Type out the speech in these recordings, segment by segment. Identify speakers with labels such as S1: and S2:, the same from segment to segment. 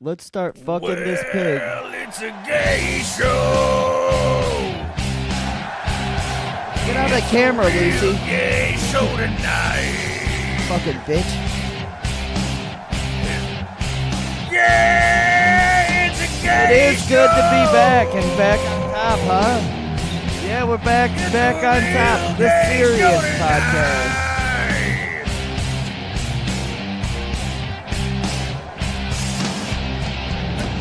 S1: Let's start fucking this pig.
S2: Well, it's a gay show.
S1: Get out of the camera, Lucy.
S2: Gay show tonight.
S1: Fucking bitch.
S2: Yeah, it's a
S1: It
S2: gay
S1: is good to be back and back on top, huh? Yeah, we're back back on top. The serious podcast.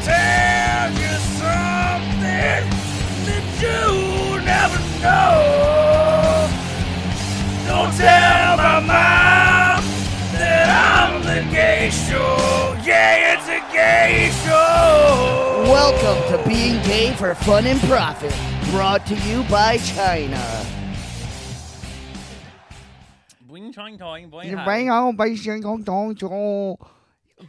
S2: Tell you something that you never know. Don't tell my mom that I'm the gay show. Yeah, it's a gay show.
S1: Welcome to Being Gay for Fun and Profit, brought to you by China.
S3: Bling chong tong, bling
S1: You
S3: hi.
S1: bang on, bang shing, gong, dong, chong.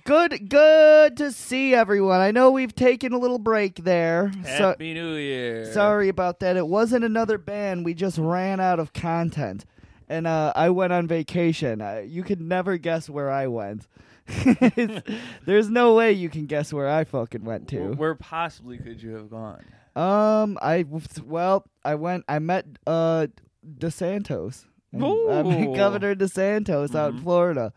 S1: Good, good to see everyone. I know we've taken a little break there. So,
S3: Happy New Year.
S1: sorry about that. It wasn't another ban. We just ran out of content, and uh, I went on vacation. Uh, you could never guess where I went. It's- There's no way you can guess where I fucking went
S3: Where,
S1: to.
S3: where possibly could you have gone?
S1: Um, I well, I went. I met uh DeSantos. And I met
S3: Ooh. Mm-hmm.
S1: Governor DeSantos out in Florida,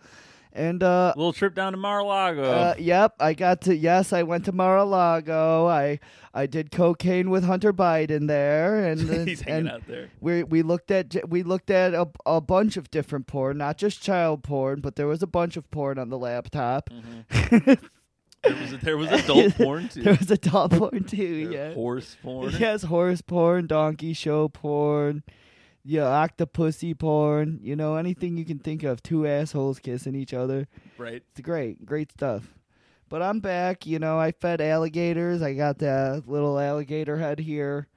S1: and uh,
S3: little trip down to Mar-a-Lago.
S1: Uh, yep, I got to. Yes, I went to Mar-a-Lago. I I did cocaine with Hunter Biden there, and
S3: He's hanging
S1: and
S3: out there.
S1: we we looked at j- we looked at a, a bunch of different porn, not just child porn, but there was a bunch of porn on the laptop.
S3: Mm-hmm. There was, there was adult porn
S1: there
S3: too.
S1: was adult porn too. Yeah,
S3: Horse porn.
S1: yes, horse porn, donkey show porn. Yeah, octopussy porn, you know, anything you can think of. Two assholes kissing each other.
S3: Right.
S1: It's great, great stuff. But I'm back. You know, I fed alligators. I got the little alligator head here.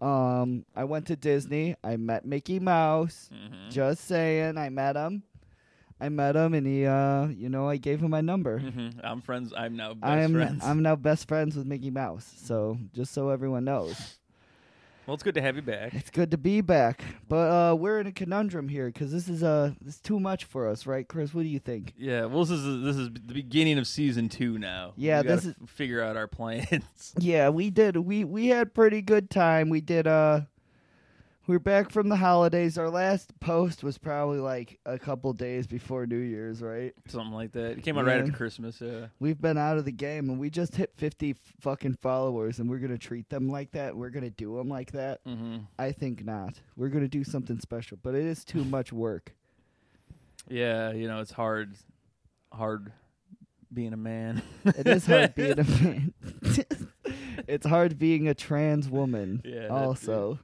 S1: Um, I went to Disney. I met Mickey Mouse.
S3: Mhm.
S1: Just saying, I met him. I met him, and he, uh, you know, I gave him my number.
S3: Mhm. I'm friends. I'm now best
S1: I'm
S3: friends.
S1: I'm now best friends with Mickey Mouse. So just so everyone knows,
S3: well, it's good to have you back.
S1: it's good to be back. But uh, we're in a conundrum here because this is uh, it's too much for us, right, Chris? What do you think?
S3: Yeah. Well, this is this is the beginning of season two now.
S1: Yeah,
S3: We gotta
S1: this
S3: f- figure out our plans.
S1: Yeah, we did. We we had pretty good time. We did. Uh, we were back from the holidays. Our last post was probably like a couple days before New Year's, right?
S3: Something like that. It came out right
S1: Yeah.
S3: after Christmas. Yeah.
S1: We've been out of the game, and we just hit fifty fucking followers, and we're gonna treat them like that. We're gonna do them like that.
S3: hmm
S1: I think not. We're gonna do something special, but it is too much work.
S3: Yeah. You know, it's hard. Hard being a man.
S1: It is hard being a man. it's hard being a trans woman.
S3: Yeah, that too.
S1: also.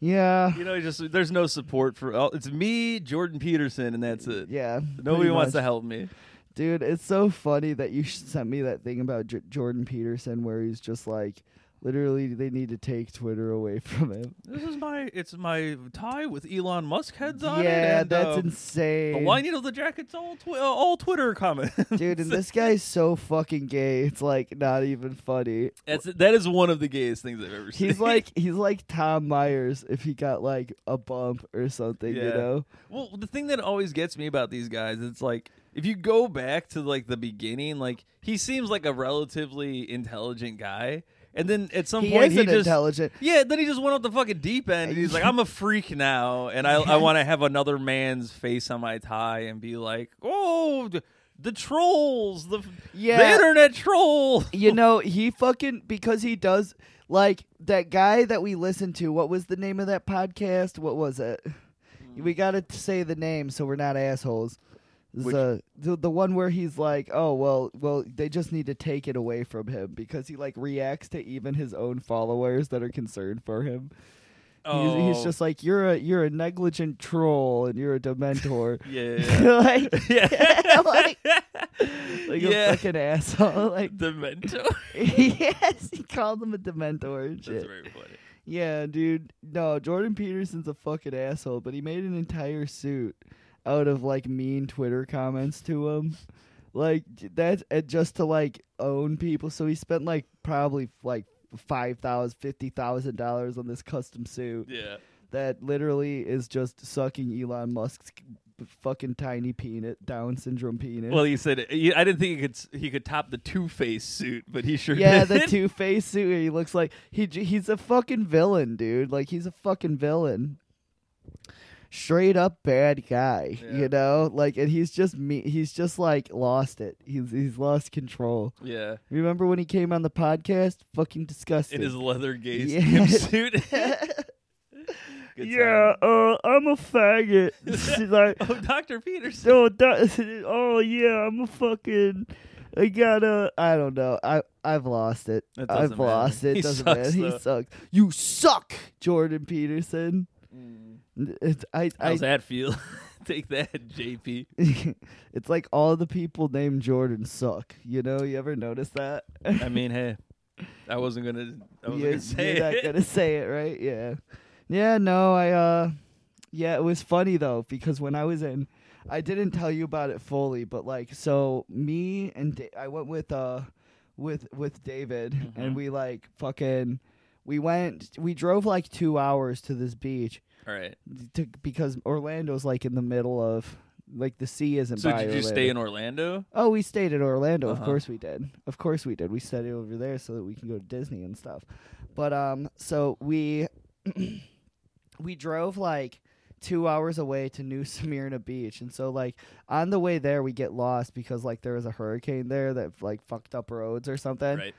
S1: Yeah.
S3: You know, just there's no support for. Oh, it's me, Jordan Peterson, and that's it.
S1: Yeah.
S3: Nobody
S1: pretty
S3: wants
S1: much.
S3: to help me.
S1: Dude, it's so funny that you sh- sent me that thing about J- Jordan Peterson where he's just like, literally, they need to take Twitter away from him.
S3: This is my it's my tie with Elon Musk heads on it.
S1: yeah,
S3: and,
S1: that's
S3: uh, The
S1: insane.
S3: lining of the jacket's all twi- uh, all Twitter comments.
S1: Dude, and this guy's so fucking gay. It's like not even funny.
S3: that's that is one of the gayest things I've ever seen.
S1: He's like he's like Tom Myers if he got like a bump or something, you
S3: Yeah.
S1: know?
S3: well, the thing that always gets me about these guys, it's like if you go back to like the beginning, like he seems like a relatively intelligent guy, and then at some
S1: He
S3: point
S1: is
S3: he
S1: an
S3: just
S1: intelligent.
S3: Yeah, then he just went up the fucking deep end and he's like, I'm a freak now and I, I want to have another man's face on my tie and be like, oh, the, the trolls, the, the
S1: Yeah.
S3: internet troll.
S1: You know, he fucking because he does like that guy that we listened to. What was the name of that podcast? What was it?
S3: Mm.
S1: We gotta t- say the name so we're not assholes. This is,
S3: Which-
S1: uh, the the one where he's like, oh well, well they just need to take it away from him because he like reacts to even his own followers that are concerned for him.
S3: Oh,
S1: He's, he's just like, you're a you're a negligent troll and you're a dementor.
S3: yeah.
S1: like,
S3: yeah.
S1: like, like
S3: Yeah.
S1: a fucking asshole. Like
S3: The mentor.
S1: yes, he called him a dementor and shit.
S3: That's very funny.
S1: Yeah, dude. No, Jordan Peterson's a fucking asshole, but he made an entire suit out of like mean Twitter comments to him. Like j- that's and just to like own people. So he spent like probably like five thousand, fifty thousand dollars on this custom suit
S3: Yeah.
S1: that literally is just sucking Elon Musk's fucking tiny peanut, Down syndrome penis.
S3: Well, he said he, I didn't think he could s- he could top the Two Face suit, but he sure
S1: yeah,
S3: did.
S1: the Two Face suit. He looks like he j- he's a fucking villain, dude. Like he's a fucking villain. Straight up bad guy,
S3: Yeah.
S1: you know. Like, and he's just me. He's just like lost it. He's he's lost control.
S3: yeah,
S1: Remember when he came on the podcast? Fucking disgusting.
S3: in his leather gaze
S1: Yeah.
S3: gimp suit. Good
S1: yeah, uh, I'm a faggot.
S3: She's
S1: like,
S3: time. Oh, Doctor Peterson.
S1: oh, oh yeah, I'm a fucking. I gotta. I don't know. I I've lost it.
S3: That doesn't
S1: I've
S3: matter.
S1: lost it.
S3: He
S1: doesn't
S3: sucks,
S1: matter.
S3: though.
S1: He sucks. You suck, Jordan Peterson. It's I,
S3: How's
S1: I
S3: Mm. that feel? Take that, JP.
S1: it's like all the people named Jordan suck. You know, you ever notice that?
S3: I mean, hey, I wasn't gonna. I was
S1: you're,
S3: gonna say
S1: you're not
S3: it.
S1: gonna say it, right? Yeah, yeah. No, I. uh Yeah, it was funny though because when I was in, I didn't tell you about it fully, but like, so me and da- I went with uh with with David
S3: Mm-hmm.
S1: and we like fucking we went we drove like two hours to this beach
S3: All right.
S1: to, because Orlando's like in the middle of like the sea isn't.
S3: So
S1: by
S3: did you
S1: Orlando.
S3: stay in Orlando?
S1: Oh, we stayed at Orlando.
S3: Uh-huh.
S1: Of course we did. Of course we did. We stayed over there so that we can go to Disney and stuff. But um, so we we drove like two hours away to New Smyrna Beach, and so like on the way there we get lost because like there was a hurricane there that like fucked up roads or something.
S3: Right.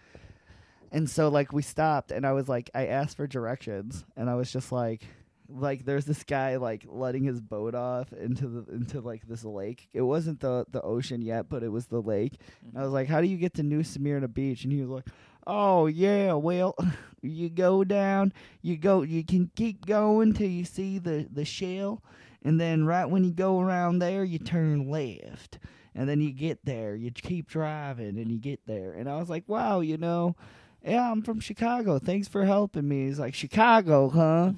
S1: And so like we stopped and I was like I asked for directions and I was just like like there's this guy like letting his boat off into the into like this lake. It wasn't the the ocean yet, but it was the lake. And I was like, "How do you get to New Smyrna Beach?" And he was like, "Oh yeah, well, you go down, you go, you can keep going till you see the the shell, and then right when you go around there, you turn left." And then you get there, you keep driving, and you get there. And I was like, "Wow, you know, yeah, I'm from Chicago. Thanks for helping me. He's like, Chicago, huh?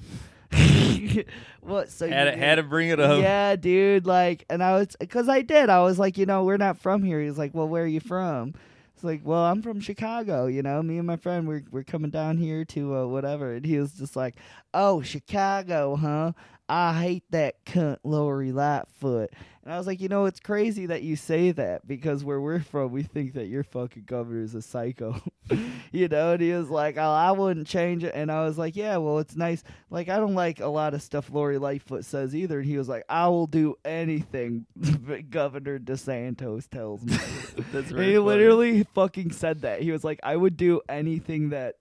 S1: what? So
S3: Had
S1: you
S3: to, had to bring it up.
S1: yeah, dude. Like, and I was, cause I did. I was like, you know, we're not from here. He's like, well, where are you from? It's like, well, I'm from Chicago. You know, me and my friend, we're we're coming down here to uh, whatever. And he was just like, oh, Chicago, huh? I hate that cunt, Lori Lightfoot. And I was like, you know, it's crazy that you say that because where we're from, we think that your fucking governor is a psycho. you know, and he was like, oh, I wouldn't change it. And I was like, yeah, well, it's nice. Like, I don't like a lot of stuff Lori Lightfoot says either. And he was like, I will do anything that Governor DeSantos tells me.
S3: That's
S1: And
S3: right.
S1: he literally fucking said that. He was like, I would do anything that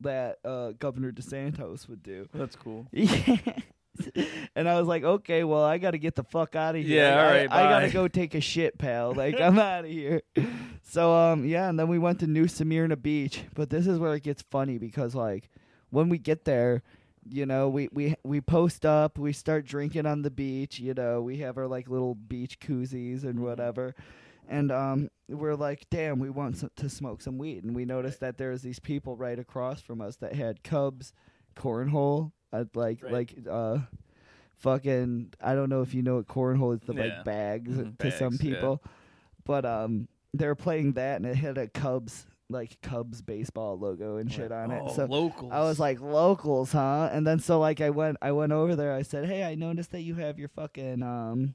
S1: that uh, Governor DeSantos would do.
S3: That's cool.
S1: Yeah. and I was like, okay, well, I got to get the fuck out of here.
S3: Yeah,
S1: I,
S3: all
S1: gotta-
S3: right,
S1: I,
S3: bye.
S1: gotta go take a shit, pal. Like, I'm out of here. So, um, yeah, and then we went to New Smyrna Beach, but this is where it gets funny because, like, when we get there, you know, we we we post up, we start drinking on the beach. You know, we have our like little beach koozies
S3: Mm-hmm.
S1: and whatever. And um, we're like, damn, we want some, to smoke some weed. And we noticed that there was these people right across from us that had Cubs cornhole. I'd like
S3: Right.
S1: like uh fucking I don't know if you know what cornhole is the
S3: Yeah.
S1: like bags
S3: Mhm.
S1: to some
S3: Bags, yeah.
S1: people. But um they were playing that and it had a Cubs like Cubs baseball logo and shit on it.
S3: Oh,
S1: so
S3: locals.
S1: I was like locals, huh? And then so like I went I went over there. I said, "Hey, I noticed that you have your fucking um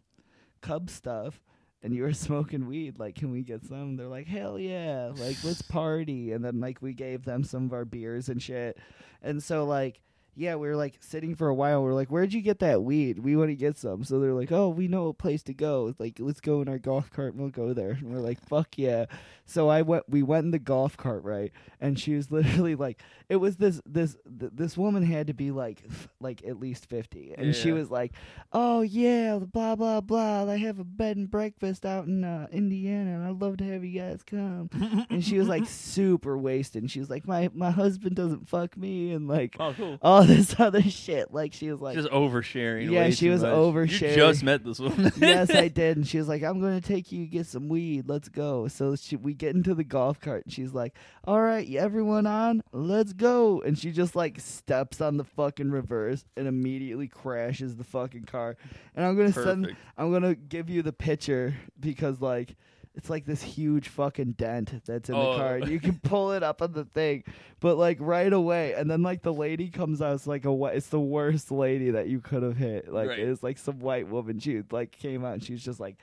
S1: Cub stuff." And you were smoking weed. Like, can we get some? They're like, hell yeah! Like, let's party. And then like we gave them some of our beers and shit. And so like, yeah, we were like sitting for a while. We are like, where'd you get that weed? We want to get some. So they're like, oh, we know a place to go. Like, let's go in our golf cart and we'll go there. And we're like, fuck yeah. So I went. We went in the golf cart, right? And she was literally like, it was this this th- this woman had to be like f- like at least fifty, and she
S3: Yeah.
S1: was like, oh yeah, blah blah blah. They have a bed and breakfast out in uh, Indiana, and I'd love to have you guys come. and she was like super wasted. And she was like, my my husband doesn't fuck me, and like
S3: oh, cool.
S1: all this other shit. Like she was like,
S3: just oversharing.
S1: Yeah,
S3: way
S1: she
S3: too
S1: was
S3: much. You
S1: oversharing.
S3: just met this woman.
S1: "Yes, I did." And she was like, "I'm going to take you to get some weed. Let's go." So she, we get into the golf cart, and she's like, "All right, you- everyone on, let's go." And she just like steps on the fucking reverse and immediately crashes the fucking car. And I'm gonna send,
S3: Perfect.
S1: I'm gonna give you the picture because like. it's like this huge fucking dent that's in
S3: Oh.
S1: the car, and you can pull it up on the thing, but like right away, and then like the lady comes out, it's like a wh- it's the worst lady that you could have hit. Like
S3: Right.
S1: it's like some white woman. She like came out, and she was just like.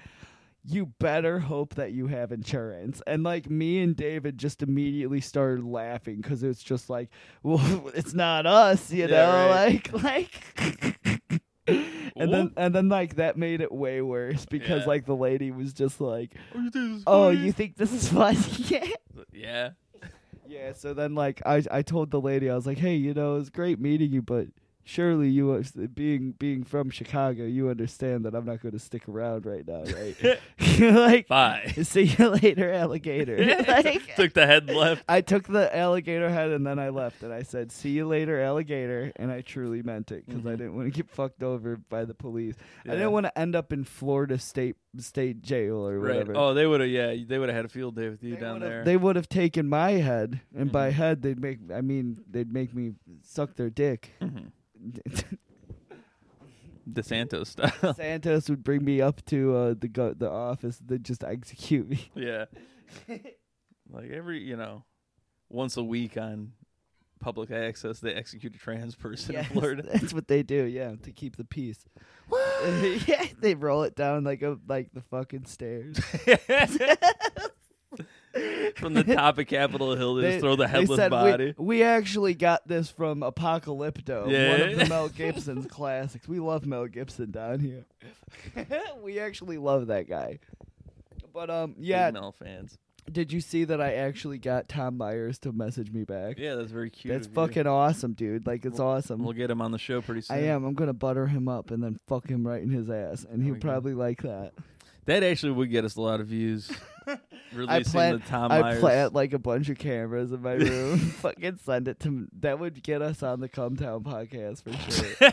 S1: You better hope that you have insurance. And like me and David just immediately started laughing because it's just like, well, it's not us, you
S3: Yeah,
S1: know,
S3: right.
S1: like, like. And then,
S3: Whoop.
S1: and then, like that made it way worse because,
S3: Yeah.
S1: like, the lady was just like,
S3: Oh, you think this is
S1: "Oh,
S3: funny?
S1: you think this is funny?" yeah.
S3: Yeah.
S1: Yeah. So then, like, I, I told the lady, I was like, "Hey, you know, it's great meeting you, but surely you, uh, being being from Chicago, you understand that I'm not going to stick around right now, right?" like,
S3: Bye.
S1: see you later, alligator. Like-
S3: Took the head left.
S1: I took the alligator head and then I left and I said, "See you later, alligator," and I truly meant it because I
S3: Mhm.
S1: didn't want to get fucked over by the police. I
S3: Yeah.
S1: didn't want to end up in Florida State State Jail or
S3: Right.
S1: whatever.
S3: Oh, they would have. Yeah, they would have had a field day with you
S1: they
S3: down
S1: would've-
S3: there.
S1: They would have taken my head, and by
S3: Mhm.
S1: head they'd make. I mean, they'd make me suck their dick.
S3: Mhm. DeSanto style.
S1: Santos would bring me up to uh, the go- the office. They'd just execute me.
S3: yeah. Like every, you know, once a week on public access, they execute a trans person
S1: Yes,
S3: in Florida.
S1: That's what they do, yeah, to keep the peace. yeah, they roll it down like a like the fucking stairs.
S3: From the top of Capitol Hill, they, just throw the
S1: they
S3: headless
S1: said, "We-
S3: body.
S1: We, actually got this from Apocalypto, one
S3: Yeah.
S1: of the Mel Gibson's classics. We love Mel Gibson down here. we actually love that guy. But um, yeah.
S3: Female fans.
S1: Did you see that I actually got Tom Myers to message me back?
S3: Yeah, that's very cute.
S1: That's
S3: of you.
S1: fucking awesome, dude. Like it's awesome.
S3: We'll get him on the show pretty soon.
S1: I am. I'm gonna butter him up and then fuck him right in his ass, and
S3: There
S1: he'll
S3: we go.
S1: probably like that.
S3: That actually would get us a lot of views. Releasing
S1: I plant,
S3: the Tom
S1: I
S3: Myers.
S1: plant like a bunch of cameras in my room. Fucking send it to. That would get us on the Cumtown podcast for sure.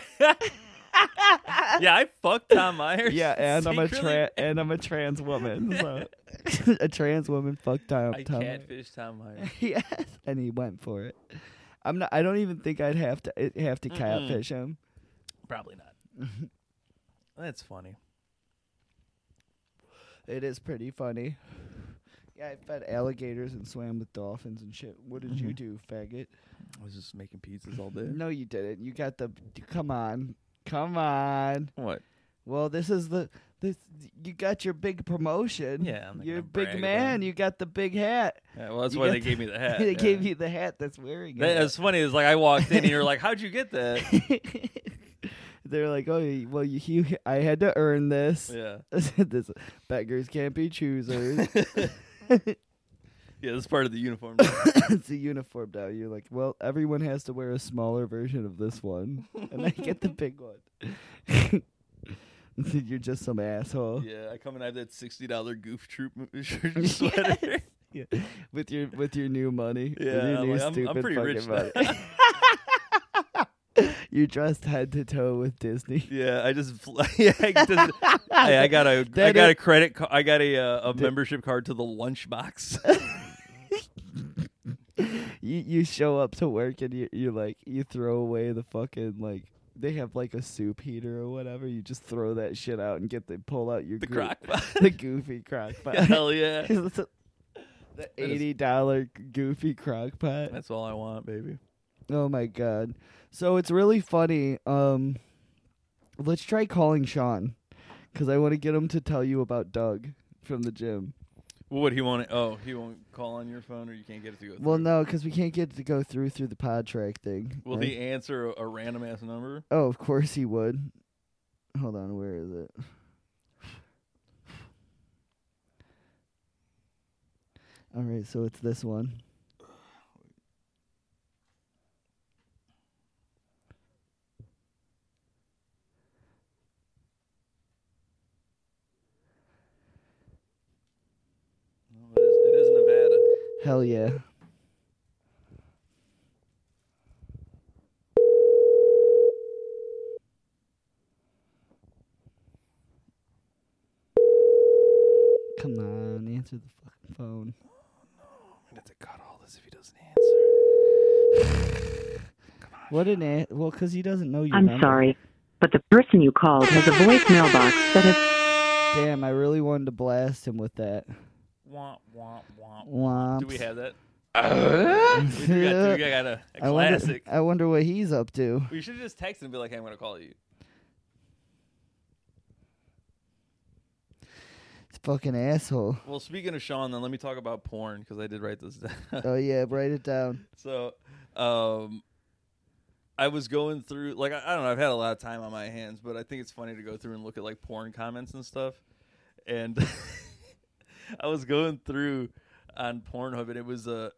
S3: yeah, I fucked Tom Myers.
S1: yeah, and I'm a
S3: secretly.
S1: tra- and I'm a trans woman. So. a trans woman fucked Tom.
S3: I
S1: Tom.
S3: catfished Tom Myers.
S1: yes, and he went for it. I'm not. I don't even think I'd have to it- have to
S3: Mm-mm.
S1: catfish him.
S3: Probably not. That's funny.
S1: It is pretty funny. Yeah, I fed alligators and swam with dolphins and shit. What did you
S3: Mhm.
S1: do, faggot?
S3: I was just making pizzas all day.
S1: No, you didn't. You got the. Come on, come on.
S3: What?
S1: Well, this is the this you got your big promotion.
S3: Yeah, I'm not
S1: you're a
S3: gonna brag
S1: big
S3: about
S1: man.
S3: it.
S1: You got the big hat.
S3: Yeah, well, that's
S1: You
S3: why
S1: got
S3: they
S1: the-
S3: gave me the hat.
S1: they
S3: yeah.
S1: gave you the hat that's wearing
S3: That,
S1: it.
S3: it's funny. It's like I walked in and you're like, "How'd you get that?"
S1: They're like, oh, you- well, you, you I had to earn this.
S3: Yeah.
S1: this beggars can't be choosers.
S3: Yeah, that's part of the uniform.
S1: it's a uniform now. You're like, well, everyone has to wear a smaller version of this one, and I get the big one. You're just some asshole.
S3: yeah, I come and I have that sixty dollar goof troop m- shirt and sweater.
S1: yeah. with your with your new money. with
S3: Yeah,
S1: your
S3: I'm
S1: new
S3: like, I'm- I'm
S1: stupid
S3: pretty rich
S1: fucking money. You're dressed head to toe with Disney.
S3: Yeah, I just fl- yeah, I, just, hey, I got a I
S1: That
S3: got
S1: is-
S3: a credit ca- I got a uh, a membership card to the lunchbox.
S1: You you show up to work and you you like you throw away the fucking like they have like a soup heater or whatever. You just throw that shit out and get the pull out your
S3: the
S1: goo-
S3: crock pot.
S1: the goofy crock pot.
S3: Hell yeah.
S1: the
S3: is-
S1: eighty dollar goofy crock pot.
S3: That's all I want, baby.
S1: Oh my god. So it's really funny. Um let's try calling Sean cuz I want to get him to tell you about Doug from the gym.
S3: Well, what he want? Oh, he won't call on your phone, or you can't get it to go.
S1: Well,
S3: through?
S1: no, cuz we can't get to go through through the pod track thing.
S3: Will
S1: right?
S3: he answer a, a random ass number?
S1: Oh, of course he would. Hold on, where is it? All right, so it's this one.
S3: No, it is, it is Nevada.
S1: Hell yeah. Come on, answer the fucking phone.
S3: I'm gonna have to cut all this if he doesn't answer.
S1: What an a- well, because he doesn't know your
S4: I'm
S1: number.
S4: sorry, but the person you called has a voicemail box that has
S1: Damn, I really wanted to blast him with that.
S3: womp womp womp.
S1: Womp.
S3: Do we have that?
S2: Uh,
S3: We do got, we got a, a
S1: I wonder-
S3: classic.
S1: I wonder what he's up to.
S3: We should just text and be like, "Hey, I'm gonna call you."
S1: It's fucking asshole.
S3: Well, speaking of Sean, then let me talk about porn because I did write this down.
S1: Oh yeah, write it down.
S3: so um i was going through like I, I don't know i've had a lot of time on my hands but i think it's funny to go through and look at like porn comments and stuff and i was going through on pornhub and it was a uh,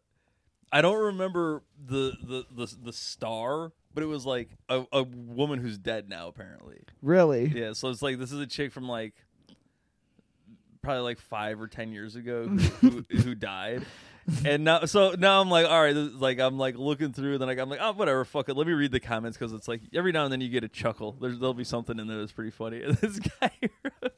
S3: i don't remember the, the the the star but it was like a, a woman who's dead now apparently
S1: Really?
S3: yeah, so it's like this is a chick from like probably like five or ten years ago who, who, who died, and now so now I'm like, all right, this, is like I'm like looking through, then like, I'm like, oh whatever, fuck it, let me read the comments because it's like every now and then you get a chuckle. There's, there'll be something in there that's pretty funny. And this guy, wrote-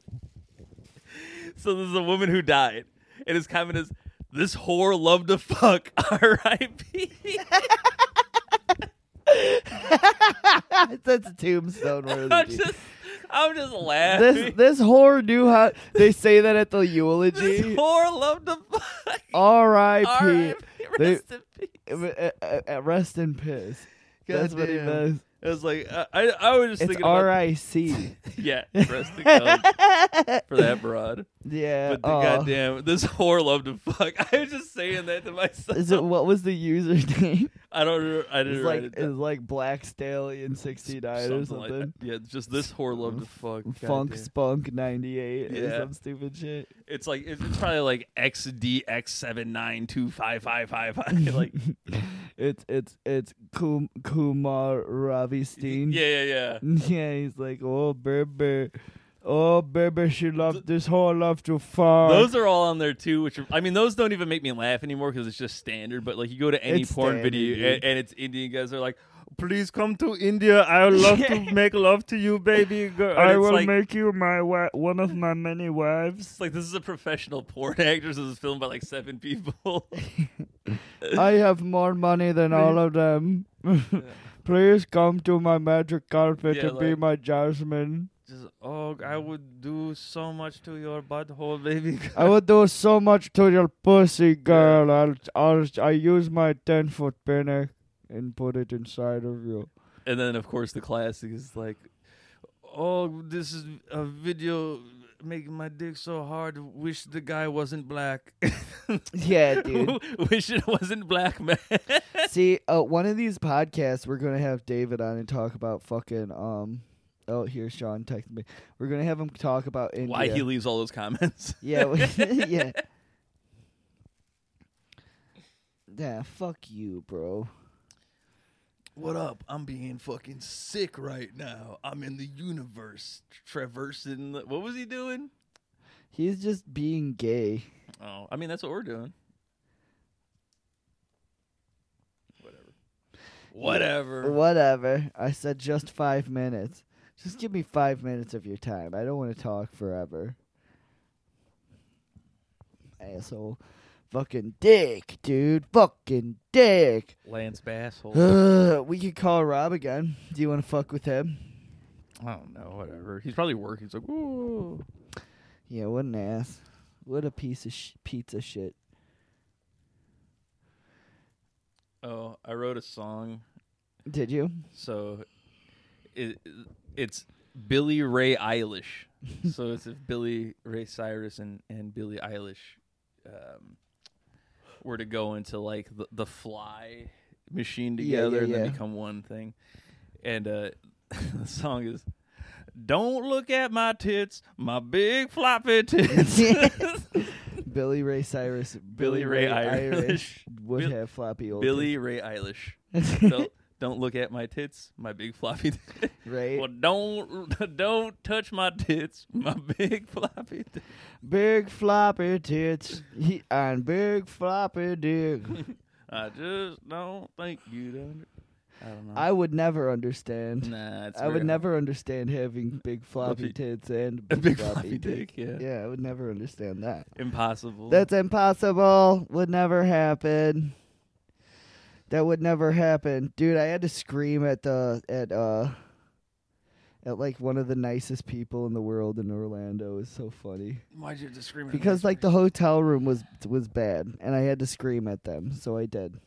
S3: so this is a woman who died, and his comment is, "This whore loved to fuck." R.I.P.
S1: That's a tombstone worthy.
S3: I'm
S1: dude.
S3: just, I'm just laughing.
S1: this this whore knew how they say that at the
S3: this
S1: eulogy.
S3: whore loved to fuck.
S1: R.I.P.
S3: RIP.
S1: They-
S3: Rest in peace.
S1: Uh, uh, uh, Rest in piss. That's what he
S3: Goddamn.
S1: does.
S3: It was like I, I, I was just
S1: It's
S3: thinking about
S1: R I C.
S3: yeah, rest in peace for that broad.
S1: Yeah.
S3: But the
S1: aw.
S3: goddamn, this whore loved to fuck. I was just saying that to myself.
S1: Is it what was the username?
S3: I don't. re- I didn't
S1: It's
S3: write
S1: like
S3: it.
S1: it's
S3: down.
S1: like Black Stallion sixty nine or
S3: Something like that.
S1: something.
S3: yeah, just this whore loved to fuck.
S1: Funk
S3: goddamn.
S1: Spunk ninety eight
S3: Yeah.
S1: or some stupid shit.
S3: It's like it's, it's probably like xdx seven nine two five five five five. Like
S1: It's it's it's Kum- Kumar Ravisteen.
S3: yeah, yeah, yeah.
S1: Yeah, he's like, oh baby, oh baby, she loved this whole love to fuck.
S3: Those are all on there too, which are, I mean, those don't even make me laugh anymore because it's just standard. But like, you go to any
S1: It's
S3: porn
S1: standard,
S3: video
S1: dude.
S3: and, and it's Indian guys are like, "Please come to India. I would love to make love to you, baby girl." And it's like,
S1: make you my wa- one of my many wives.
S3: it's like this is a professional porn actor. So this is filmed by like seven people.
S1: I have more money than all of them. Please come to my magic carpet
S3: Yeah,
S1: to be
S3: like-
S1: my Jasmine.
S3: just oh, I would do so much to your butthole, baby.
S1: I would do so much to your pussy, girl. I'll, I'll, I use my ten foot pinner and put it inside of you.
S3: And then, of course, the classic is like, "Oh, this is a video making my dick so hard. Wish the guy wasn't black."
S1: Yeah,
S3: Wish it wasn't black man.
S1: See, uh, one of these podcasts, we're gonna have David on and talk about fucking um. Oh, here, Sean texted me. We're gonna have him talk about India.
S3: Why he leaves all those comments?
S1: Yeah, we- yeah. Yeah, fuck you, bro.
S3: What up? I'm being fucking sick right now. I'm in the universe, traversing. The, what was he doing?
S1: He's just being gay.
S3: Oh, I mean that's what we're doing. Whatever. Whatever.
S1: Whatever. I said just five minutes. Just give me five minutes of your time. I don't want to talk forever. Asshole. Fucking dick, dude. Fucking dick.
S3: Lance Basshole.
S1: Ugh, Uh, we could call Rob again. Do you want to fuck with him?
S3: I don't know. Whatever. He's probably working. He's like, ooh.
S1: Yeah, what an ass. What a piece of sh- pizza shit.
S3: Oh, I wrote a song
S1: Did you?
S3: So it, it's Billy Ray Eilish. so it's if Billy Ray Cyrus and, and Billy Eilish um, were to go into like the, the fly machine
S1: Yeah,
S3: together
S1: yeah,
S3: and then
S1: yeah.
S3: become one thing. And uh, the song is Don't look at my tits, my big floppy tits.
S1: Billy Ray Cyrus,
S3: Billy Ray Irish.
S1: would
S3: Bill-
S1: have floppy old
S3: Billy Ray Eilish.
S1: tits.
S3: Don't, don't look at my tits, my big floppy tits.
S1: right?
S3: Well, don't don't touch my tits, my big floppy. Tits.
S1: Big floppy tits he, and big floppy dick.
S3: I just don't think you don't. I don't know.
S1: I would never understand.
S3: nah, it's
S1: I would
S3: weird.
S1: never understand having big floppy
S3: Floppy-
S1: tits and
S3: a
S1: big,
S3: big
S1: floppy,
S3: floppy
S1: dick.
S3: dick. Yeah.
S1: Yeah, I would never understand that.
S3: impossible.
S1: That's impossible. Would never happen. That would never happen, dude. I had to scream at the at uh at like one of the nicest people in the world in Orlando is so funny.
S3: Why'd you have to scream? at a
S1: Because
S3: nice
S1: like the
S3: person?
S1: hotel room was was bad and I had to scream at them, so I did.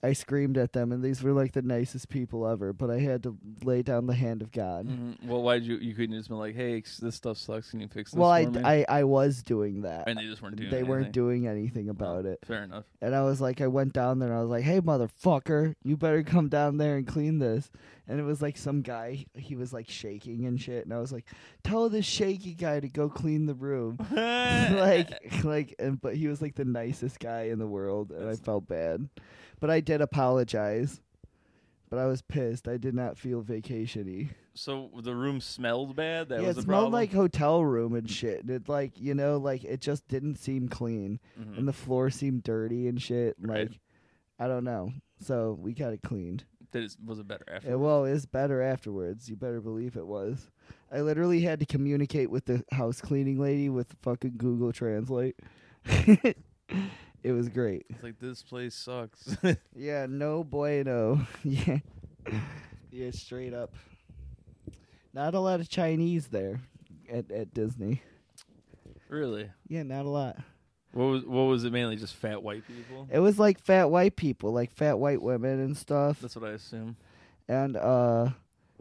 S1: I screamed at them and these were like the nicest people ever, but I had to lay down the hand of God.
S3: Mhm. Well, why'd you? You couldn't just been like, "Hey, ex- this stuff sucks. Can you fix this?"
S1: Well, I,
S3: for me?
S1: I I was doing that.
S3: and they just weren't doing.
S1: they weren't
S3: anything.
S1: doing anything about it.
S3: Fair enough.
S1: And I was like, I went down there and I was like, hey, motherfucker, you better come down there and clean this. And it was like some guy, he was like shaking and shit. And I was like, tell this shaky guy to go clean the room. like, like, and but he was like the nicest guy in the world. And
S3: That's-
S1: I felt bad. But I did apologize. But I was pissed. I did not feel vacationy.
S3: So the room smelled bad. That
S1: yeah, it
S3: was the
S1: smelled
S3: problem.
S1: like hotel room and shit. And it like, you know, like it just didn't seem clean
S3: Mhm.
S1: and the floor seemed dirty and shit.
S3: Right.
S1: Like, I don't know. So we got it cleaned.
S3: Did it was it better after?
S1: It, well, it's better afterwards. You better believe it was. I literally had to communicate with the house cleaning lady with fucking Google Translate. it was great.
S3: It's like this place sucks.
S1: Yeah, no bueno. yeah. Yeah, straight up. Not a lot of Chinese there at, at Disney.
S3: really?
S1: Yeah, not a lot.
S3: What was what was it mainly? Just fat white people.
S1: It was like fat white people, like fat white women and stuff.
S3: That's what I assume.
S1: and uh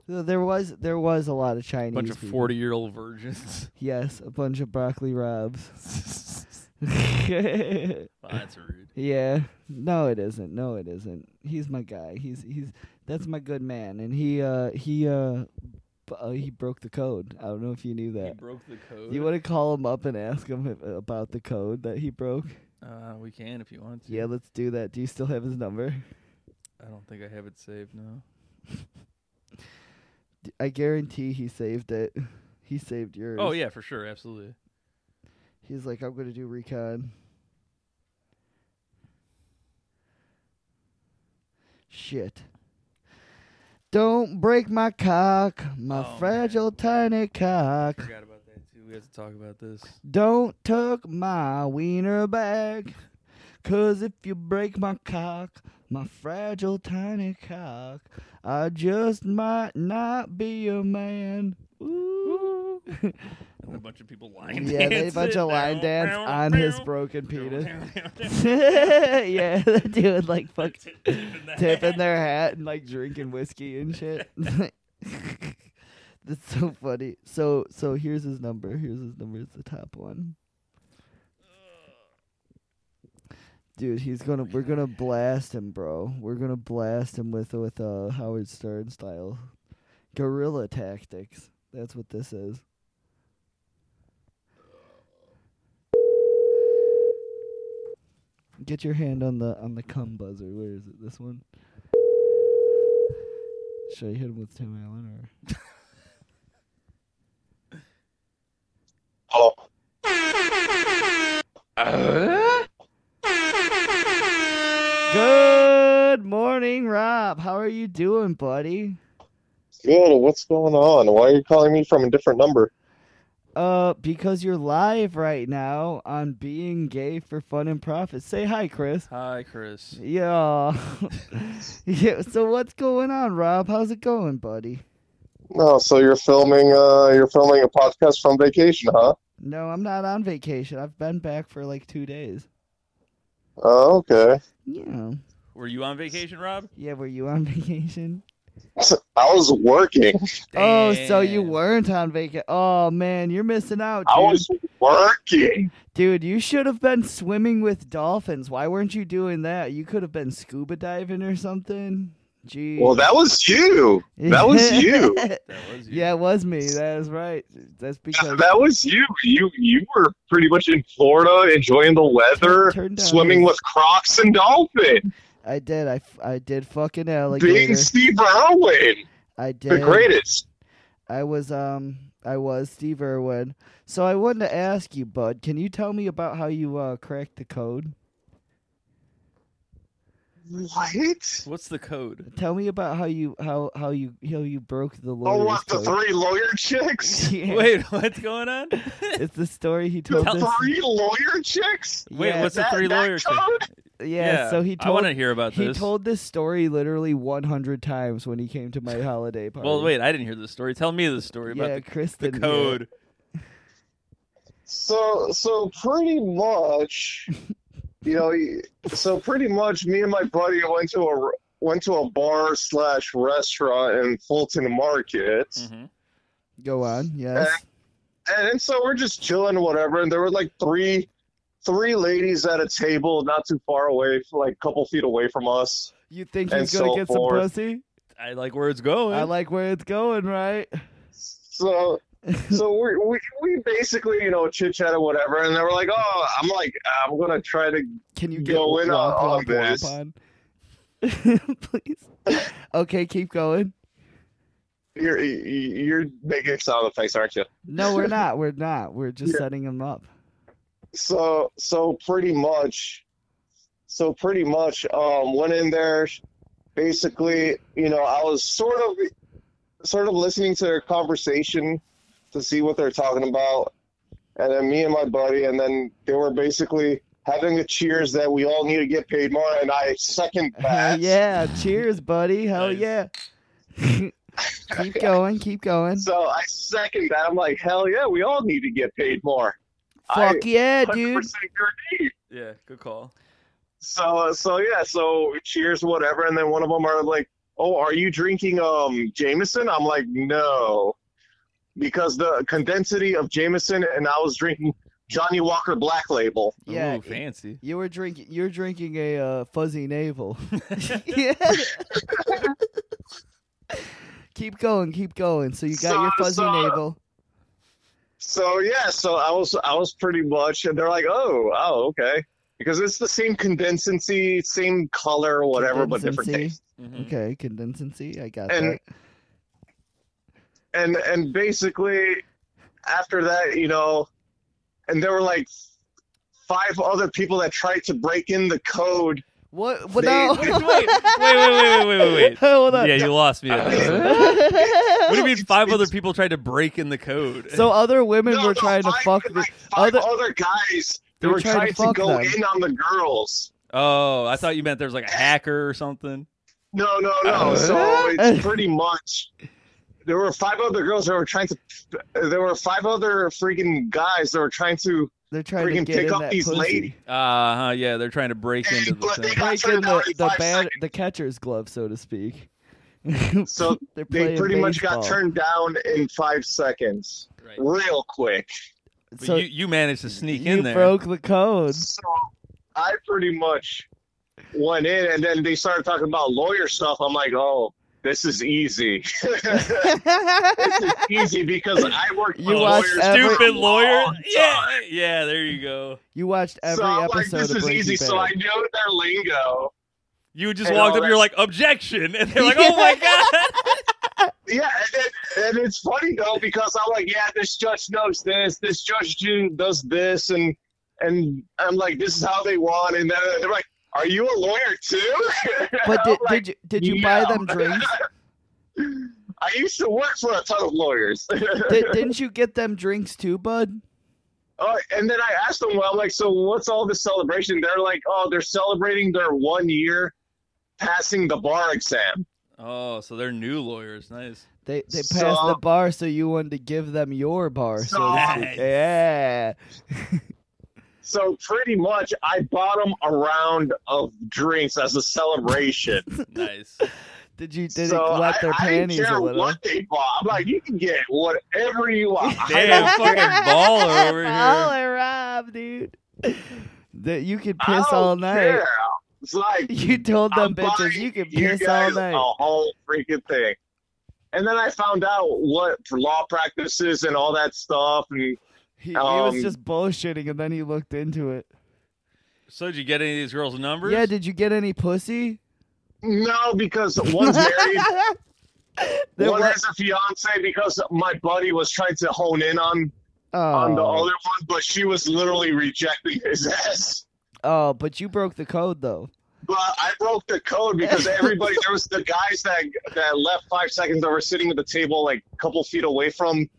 S1: th- there was there was a lot of Chinese
S3: bunch of
S1: people.
S3: forty year old virgins.
S1: Yes, a bunch of broccoli robs.
S3: Wow, that's rude.
S1: yeah. No it isn't. No it isn't. He's my guy. He's he's that's my good man and he uh he uh, b- uh he broke the code. I don't know if you knew
S3: You
S1: that.
S3: broke the code.
S1: You want to call him up and ask him if, uh, about the code that he broke?
S3: uh, we can if you want to.
S1: Yeah, let's do that. Do you still have his number?
S3: I don't think I have it saved. No.
S1: D- I guarantee he saved it. He saved yours.
S3: Oh yeah, for sure, absolutely.
S1: He's like, I'm gonna do recon. Shit. Don't break my cock, my
S3: Oh, man.
S1: fragile tiny cock.
S3: Forgot about that too. We have to talk about this.
S1: Don't tuck my wiener back. Cause if you break my cock, my fragile tiny cock, I just might not be a man. Ooh.
S3: And a bunch of people line
S1: yeah, they bunch of line dance on his broken penis. yeah, they're doing like fuck tipping their hat and like drinking whiskey and shit. That's so funny. So so here's his number. Here's his number. It's the top one. Dude, he's gonna we're gonna blast him, bro. We're gonna blast him with with uh Howard Stern style. Guerrilla tactics. That's what this is. Get your hand on the on the cum buzzer. Where is it? This one. Should I hit him with Tim Allen or?
S2: Hello.
S1: Good morning, Rob. How are you doing, buddy?
S2: Good. What's going on? Why are you calling me from a different number?
S1: Uh, because you're live right now on Being Gay for Fun and Profit. Say hi, Chris.
S3: Hi, Chris.
S1: Yeah. yeah. So what's going on, Rob? How's it going, buddy?
S2: No, so you're filming. Uh, you're filming a podcast from vacation, huh?
S1: No, I'm not on vacation. I've been back for like two days.
S2: Oh, okay.
S1: Yeah.
S3: Were you on vacation, Rob?
S1: Yeah. Were you on vacation?
S2: I was working.
S1: Oh, so you
S3: Damn.
S1: weren't on vacation. Oh man, you're missing out, dude.
S2: I was working.
S1: Dude, you should have been swimming with dolphins. Why weren't you doing that? You could have been scuba diving or something. Gee.
S2: Well, that was you. That was you.
S3: That was you.
S1: yeah, it was me. That is right. That's because
S2: That was you. You you were pretty much in Florida, enjoying the weather,
S1: Turn- turn down
S2: swimming
S1: his-
S2: with crocs and dolphin,
S1: I did. I, f- I did fucking
S2: being
S1: alligator.
S2: Steve Irwin,
S1: I did.
S2: the greatest.
S1: I was um I was Steve Irwin. So I wanted to ask you, bud. Can you tell me about how you uh, cracked the code?
S2: What?
S3: What's the code?
S1: Tell me about how you how how you how you broke the lawyer's
S2: Oh, what the
S1: code.
S2: three lawyer chicks?
S1: Yeah.
S3: Wait, what's going on?
S1: it's the story he
S2: The
S1: told us.
S2: three lawyer chicks?
S3: Wait,
S1: Yeah.
S3: what's the
S2: That-
S3: three
S2: that
S3: lawyer
S2: code?
S3: chick?
S1: yeah, so he
S3: I
S1: told
S3: want to hear about
S1: he
S3: this.
S1: told this story literally 100 times when he came to my holiday party.
S3: well, wait, I didn't hear this story. Tell me the story
S1: yeah,
S3: about
S1: Chris
S3: the, the
S1: didn't hear it.
S3: code.
S2: So so pretty much, you know, y- so pretty much, me and my buddy went to a went to a bar slash restaurant in Fulton Market,
S3: hmm
S1: Go on. Yes.
S2: and, and so we're just chilling, whatever. And there were like three three ladies at a table, not too far away, like a couple feet away from us.
S1: You think
S2: and
S1: he's gonna
S2: so
S1: get
S2: forth.
S1: some pussy?
S3: I like where it's going.
S1: I like where it's going, right?
S2: So so we, we we basically you know chit chat or whatever, and they were like, oh, I'm like I'm gonna try to
S1: Can you
S2: Go
S1: get
S2: in
S1: womp,
S2: on-
S1: womp, womp
S2: on this.
S1: on? Please. Okay, keep going.
S2: you're you're making sound effects, aren't you?
S1: No, we're not. We're not. We're just
S2: Yeah.
S1: setting him up.
S2: so so pretty much so pretty much um went in there basically you know i was sort of sort of listening to their conversation to see what they're talking about and then me and my buddy and then they were basically having a cheers that we all need to get paid more and i second
S1: Hell
S2: that
S1: yeah! Cheers, buddy. Hell
S3: Nice.
S1: yeah. keep going. Keep going.
S2: so i second that i'm like hell yeah we all need to get paid more I-
S1: Fuck yeah,
S2: 100%
S1: dude.
S2: guaranteed.
S3: yeah, good call.
S2: So uh, so yeah, so cheers, whatever. And then one of them are like, "Oh, are you drinking um Jameson?" I'm like, "No," because the condensity of Jameson, and I was drinking Johnny Walker Black Label.
S1: Yeah,
S3: Ooh, fancy.
S1: You were drinking. You're drinking a uh, fuzzy navel. yeah. keep going. Keep going. So you got
S2: So-
S1: your fuzzy
S2: so-
S1: navel.
S2: So yeah, so I was I was pretty much, and they're like, "Oh, oh, okay," because it's the same condensancy, same color, whatever, but different
S1: Condensancy.
S2: taste.
S3: Mhm.
S1: Okay, condensancy. I got
S2: Mm-hmm. And-
S1: that.
S2: and and basically after that you know and there were like five other people that tried to break in the code
S1: What? What?
S2: They-
S1: No.
S3: wait, wait, wait, wait, wait, wait, wait, wait.
S1: Hold on.
S3: Yeah, you lost me. at that. What do you mean? Five other people tried to break in the code.
S1: so other women
S2: No,
S1: were
S2: no,
S1: trying to
S2: five-
S1: fuck. the-
S2: like five
S1: other-
S2: other, guys they
S1: They were
S2: were
S1: trying to
S2: trying, to,
S1: fuck
S2: go
S1: them.
S2: in on the girls
S3: oh, I thought you meant there was like a hacker or something.
S2: no no no
S1: Uh-huh.
S3: Uh.
S2: so it's pretty much there were five other girls that were trying to there were five other freaking guys that were trying to
S1: They're trying to
S2: freaking
S1: get
S2: pick
S1: in
S2: up
S1: that
S2: these
S1: pussy.
S2: ladies.
S3: Uh huh. Yeah, they're trying to break into the
S2: But they
S3: thing.
S2: got
S1: Break in
S2: turned
S1: the
S2: down in
S1: the,
S2: five
S1: bad,
S2: seconds.
S1: the catcher's glove, so to speak.
S2: so
S1: They're
S2: they
S1: playing
S2: pretty much got
S1: baseball.
S2: turned down in five seconds
S3: Right.
S2: real quick.
S3: But
S1: So
S3: you, you managed to sneak
S1: you
S3: in there.
S1: broke the code.
S2: So I pretty much went in, and then they started talking about lawyer stuff. I'm like, oh, this is easy. this is easy because I work.
S1: You
S2: for
S1: watched
S2: lawyers
S1: every-
S3: Oh, Stupid
S2: for a
S3: lawyer.
S2: long time.
S3: Yeah, yeah. There you go.
S1: you watched every
S2: so I'm like,
S1: episode
S2: this
S1: of
S2: is
S1: Breaking
S2: easy.
S1: Bad.
S2: So I know their lingo.
S3: You just
S2: And
S3: walked
S2: all
S3: up.
S2: that.
S3: You're like objection, and they're like, "Oh my god!"
S2: Yeah, and, it, and it's funny though because I'm like, yeah, this judge knows this. This judge do- does this, and and I'm like, this is how they want. And then they're like, are you a lawyer too?
S1: but
S2: I'm
S1: did,
S2: like,
S1: did you did you buy
S2: "No."
S1: them drinks?
S2: I used to work for a ton of lawyers.
S1: Did, didn't you get them drinks too, bud?
S2: Oh, and then I asked them, well, I'm like, so what's all this celebration? They're like, oh, they're celebrating their one year passing the bar exam.
S3: Oh, so they're new lawyers. Nice.
S1: They they passed
S2: So-
S1: the bar, so you wanted to give them your bar. So, to
S2: So-
S1: speak. yeah,
S2: So pretty much, I bought them a round of drinks as a celebration.
S3: Nice.
S1: did you did
S2: so
S1: it wet their
S2: I,
S1: panties
S2: I didn't
S1: a
S2: care
S1: little?
S2: what they bought. I'm like, you can get whatever you want.
S3: Damn, fucking baller over here.
S1: Baller, Rob, dude. That you could
S2: I
S1: piss
S2: don't
S1: all night.
S2: care. It's like
S1: You told them
S2: I'm
S1: bitches
S2: buying
S1: you can
S2: you
S1: piss all
S2: guys
S1: night.
S2: A whole freaking thing. And then I found out what law practices and all that stuff. And
S1: He, he was
S2: Um,
S1: just bullshitting, and then he looked into it.
S3: So did you get any of these girls' numbers?
S1: Yeah, did you get any pussy?
S2: no, because one's married,
S1: There
S2: one
S1: wa-
S2: has a fiance. Because my buddy was trying to hone in on on the
S1: oh,
S2: other one, but she was literally rejecting his ass.
S1: oh, but you broke the code though.
S2: But I broke the code because everybody there was the guys that that left five seconds that were sitting at the table like a couple feet away from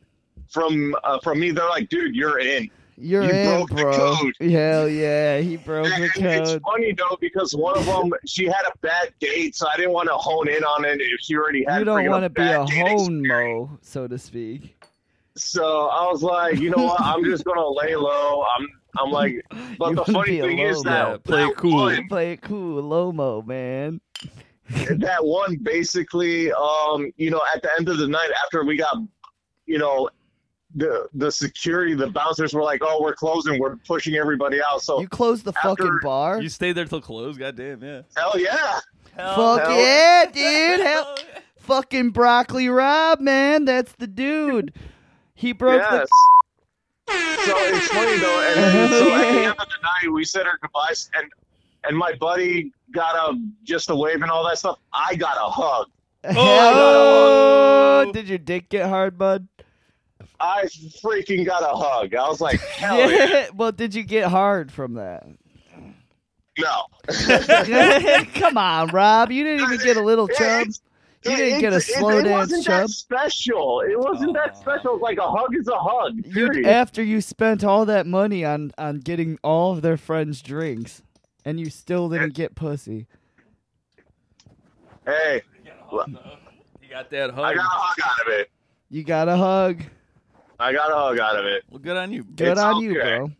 S2: from uh, from me. They're like, dude, you're in.
S1: You're
S2: You
S1: in,
S2: broke the
S1: bro.
S2: code.
S1: Hell yeah, he broke
S2: And
S1: the
S2: it's
S1: code.
S2: funny though because one of them she had a bad date, so I didn't want to hone in on it if she already had.
S1: You don't
S2: want to
S1: be a
S2: home.
S1: hone mo, so to speak.
S2: So I was like, you know what? I'm just gonna lay low. I'm I'm like, but
S1: You
S2: the
S1: wanna
S2: funny
S1: be a
S2: thing is
S1: low
S2: that
S3: mo. Play
S2: that
S3: it cool.
S2: one-
S1: Play it cool, Lomo, man.
S2: that one basically um you know at the end of the night after we got you know the the security the bouncers were like oh we're closing we're pushing everybody out so
S1: You closed the fucking
S2: after-
S1: bar.
S3: You stayed there till close. Goddamn, yeah.
S2: hell yeah
S1: Fuck
S2: hell.
S1: yeah, dude. Hell, fucking broccoli Rob, man. That's the dude. He broke the
S2: yes so it's funny though and then, so at the end of the night we said our goodbyes and and my buddy got a just a wave and all that stuff i got a hug
S1: Hello.
S3: Oh!
S1: Did your dick get hard, bud?
S2: i freaking got a hug i was like hell yeah.
S1: well, did you get hard from that?
S2: no
S1: Come on, Rob. You didn't even get a little chub.
S2: It's-
S1: You didn't get a
S2: it's- it-
S1: slow
S2: it
S1: dance
S2: wasn't
S1: chub?
S2: That special. It wasn't that
S3: Aw.
S2: special. It's like a hug is a hug.
S1: You,
S2: period.
S1: after you spent all that money on on getting all of their friends drinks, and you still didn't get pussy.
S2: hey,
S3: You got that
S2: I
S3: hug.
S2: got a hug out of it.
S1: You got a hug.
S2: I got a hug out of it.
S3: Well, good on you.
S1: Good
S2: It's
S1: on you,
S2: okay.
S1: bro.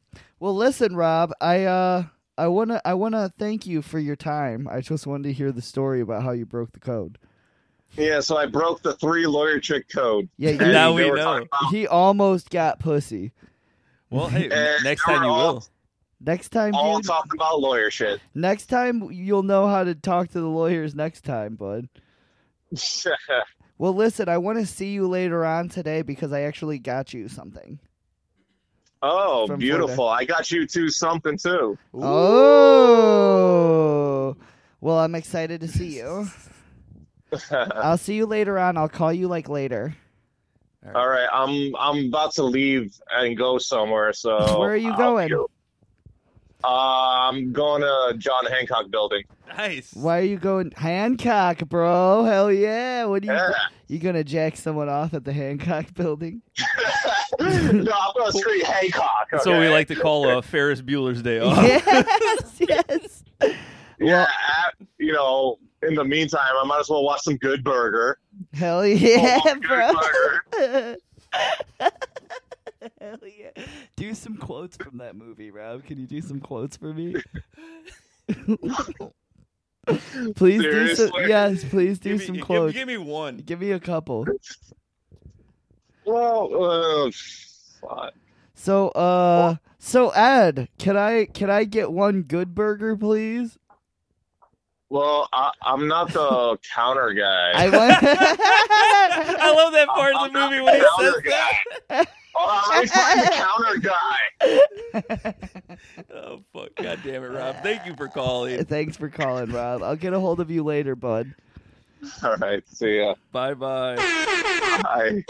S1: Well, listen, Rob. I uh, I wanna I wanna thank you for your time. I just wanted to hear the story about how you broke the code.
S2: Yeah, so I broke the three lawyer trick code.
S1: Yeah,
S2: And
S1: you-
S3: Now we
S2: they were
S3: know.
S2: talking about-
S1: He almost got pussy.
S3: Well, hey,
S2: And
S3: next
S2: they
S3: time
S2: were
S3: you
S2: all-
S3: will.
S1: Next time,
S2: all
S1: dude.
S2: talking about lawyer shit.
S1: Next time you'll know how to talk to the lawyers next time, bud. Well, listen, I want to see you later on today because I actually got you something.
S2: oh,
S1: From
S2: beautiful. I got you two something too.
S1: Oh. Well, I'm excited to see you. I'll see you later on. I'll call you like later.
S2: all right, I'm I'm about to leave and go somewhere. So
S1: Where are you
S2: I'll
S1: going?
S2: be- Uh, I'm going to John Hancock Building.
S3: Nice.
S1: Why are you going Hancock, bro? Hell yeah. What are you
S2: Yeah.
S1: You going to jack someone off at the Hancock building?
S2: no, I'm going straight Hancock.
S3: That's what
S2: okay?
S3: we like to call uh, Ferris Bueller's Day Off.
S1: yes. Yes.
S2: Yeah,
S1: Well,
S2: I- you know, in the meantime, I might as well watch some Good Burger.
S1: hell yeah,
S2: Oh, Good
S1: bro.
S2: Burger.
S1: Hell yeah. Do some quotes from that movie, Rob. Can you do some quotes for me? please do some
S2: Seriously?
S1: yes, please do
S3: Give me-
S1: some
S3: give-
S1: quotes.
S3: Give, me one.
S1: Give me a couple.
S2: Well, uh, fuck.
S1: So uh so Ed, can I can I get one good burger please?
S2: well, I, I'm not the counter guy.
S1: I
S3: I
S1: want
S3: love that part
S2: I'm
S3: of the
S2: not
S3: movie when he says
S2: counter
S3: that.
S2: Oh, I'm the counter guy.
S3: Oh fuck! God damn it, Rob. Thank you for calling.
S1: Thanks for calling, Rob. I'll get a hold of you later, bud.
S2: All right, see ya.
S3: Bye bye.
S2: Bye.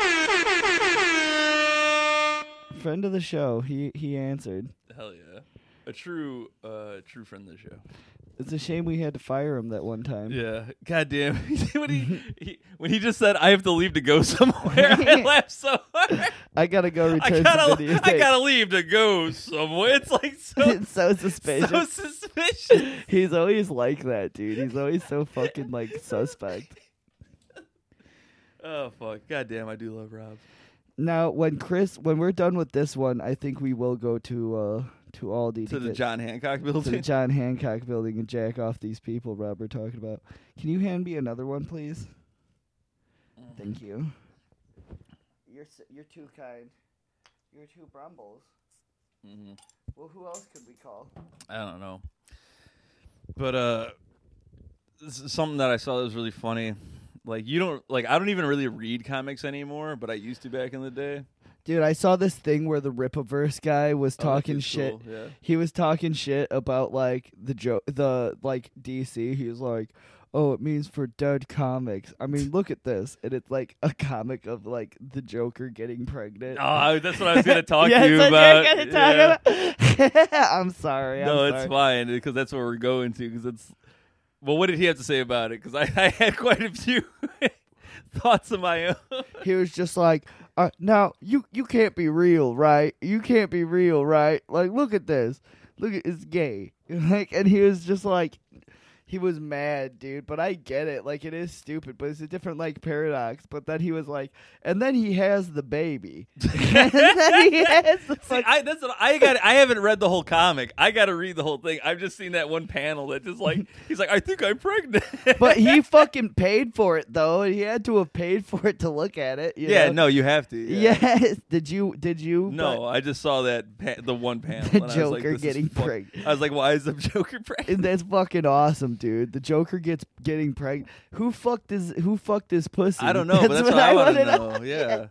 S1: Friend of the show, he he answered.
S3: Hell yeah. A true, uh, true friend of the show.
S1: It's a shame we had to fire him that one time.
S3: Yeah. God damn. when he, he when he just said I have to leave to go somewhere, I laughed so hard.
S1: I gotta go
S3: I
S1: return some
S3: gotta
S1: videos.
S3: I gotta leave to go somewhere. It's like so
S1: it's so suspicious.
S3: so suspicious.
S1: He's always like that, dude. He's always so fucking like suspect.
S3: Oh fuck. God damn. I do love Rob.
S1: Now, when Chris, when we're done with this one, I think we will go to uh to Aldi
S3: To the
S1: get-
S3: John Hancock
S1: to the
S3: building.
S1: John Hancock building and jack off these people Rob we're talking about. Can you hand me another one, please?
S3: Mm.
S1: Thank you. You're s- you're too kind. You're two brumbles.
S3: Mhm.
S1: Well, who else could we call?
S3: I don't know. But uh this is something that I saw that was really funny. Like you don't like I don't even really read comics anymore, but I used to back in the day.
S1: Dude, I saw this thing where the Ripaverse guy was
S3: Oh, that
S1: talking
S3: dude's
S1: shit.
S3: cool, Yeah.
S1: He was talking shit about like the joke, the like DC. He was like, "Oh, it means for dead comics." I mean, look at this, and it's like a comic of like the Joker getting pregnant.
S3: Oh, I- that's what I was gonna talk
S1: Yes,
S3: to you
S1: that's what
S3: about.
S1: I
S3: Yeah.
S1: gotta talk about. I'm sorry. I'm
S3: no,
S1: sorry.
S3: it's fine because that's where we're going to. Because it's well, what did he have to say about it? Because I, I had quite a few thoughts of my own.
S1: He was just like, uh, now you you can't be real, right? You can't be real, right? Like, look at this. Look at it's gay. Like, and he was just like, he was mad, dude. But I get it. Like, it is stupid, but it's a different like paradox. But then he was like, and then he has the baby. and then he has the
S3: See,
S1: fuck-
S3: I that's what, I got. I haven't read the whole comic. I got to read the whole thing. I've just seen that one panel that just like he's like, I think I'm pregnant.
S1: but he fucking paid for it though. He had to have paid for it to look at it. you
S3: yeah,
S1: know?
S3: no, you have to. Yeah.
S1: Yes. Did you? Did you?
S3: No, I just saw that pa- the one panel.
S1: The
S3: and I was
S1: Joker
S3: like, this is
S1: getting
S3: fuck-
S1: pregnant.
S3: I was like, why is the Joker pregnant?
S1: And that's fucking awesome, dude. The Joker gets getting pregnant. Who fucked his Who fucked his pussy?
S3: I don't know, but that's what, I want to know. Yeah.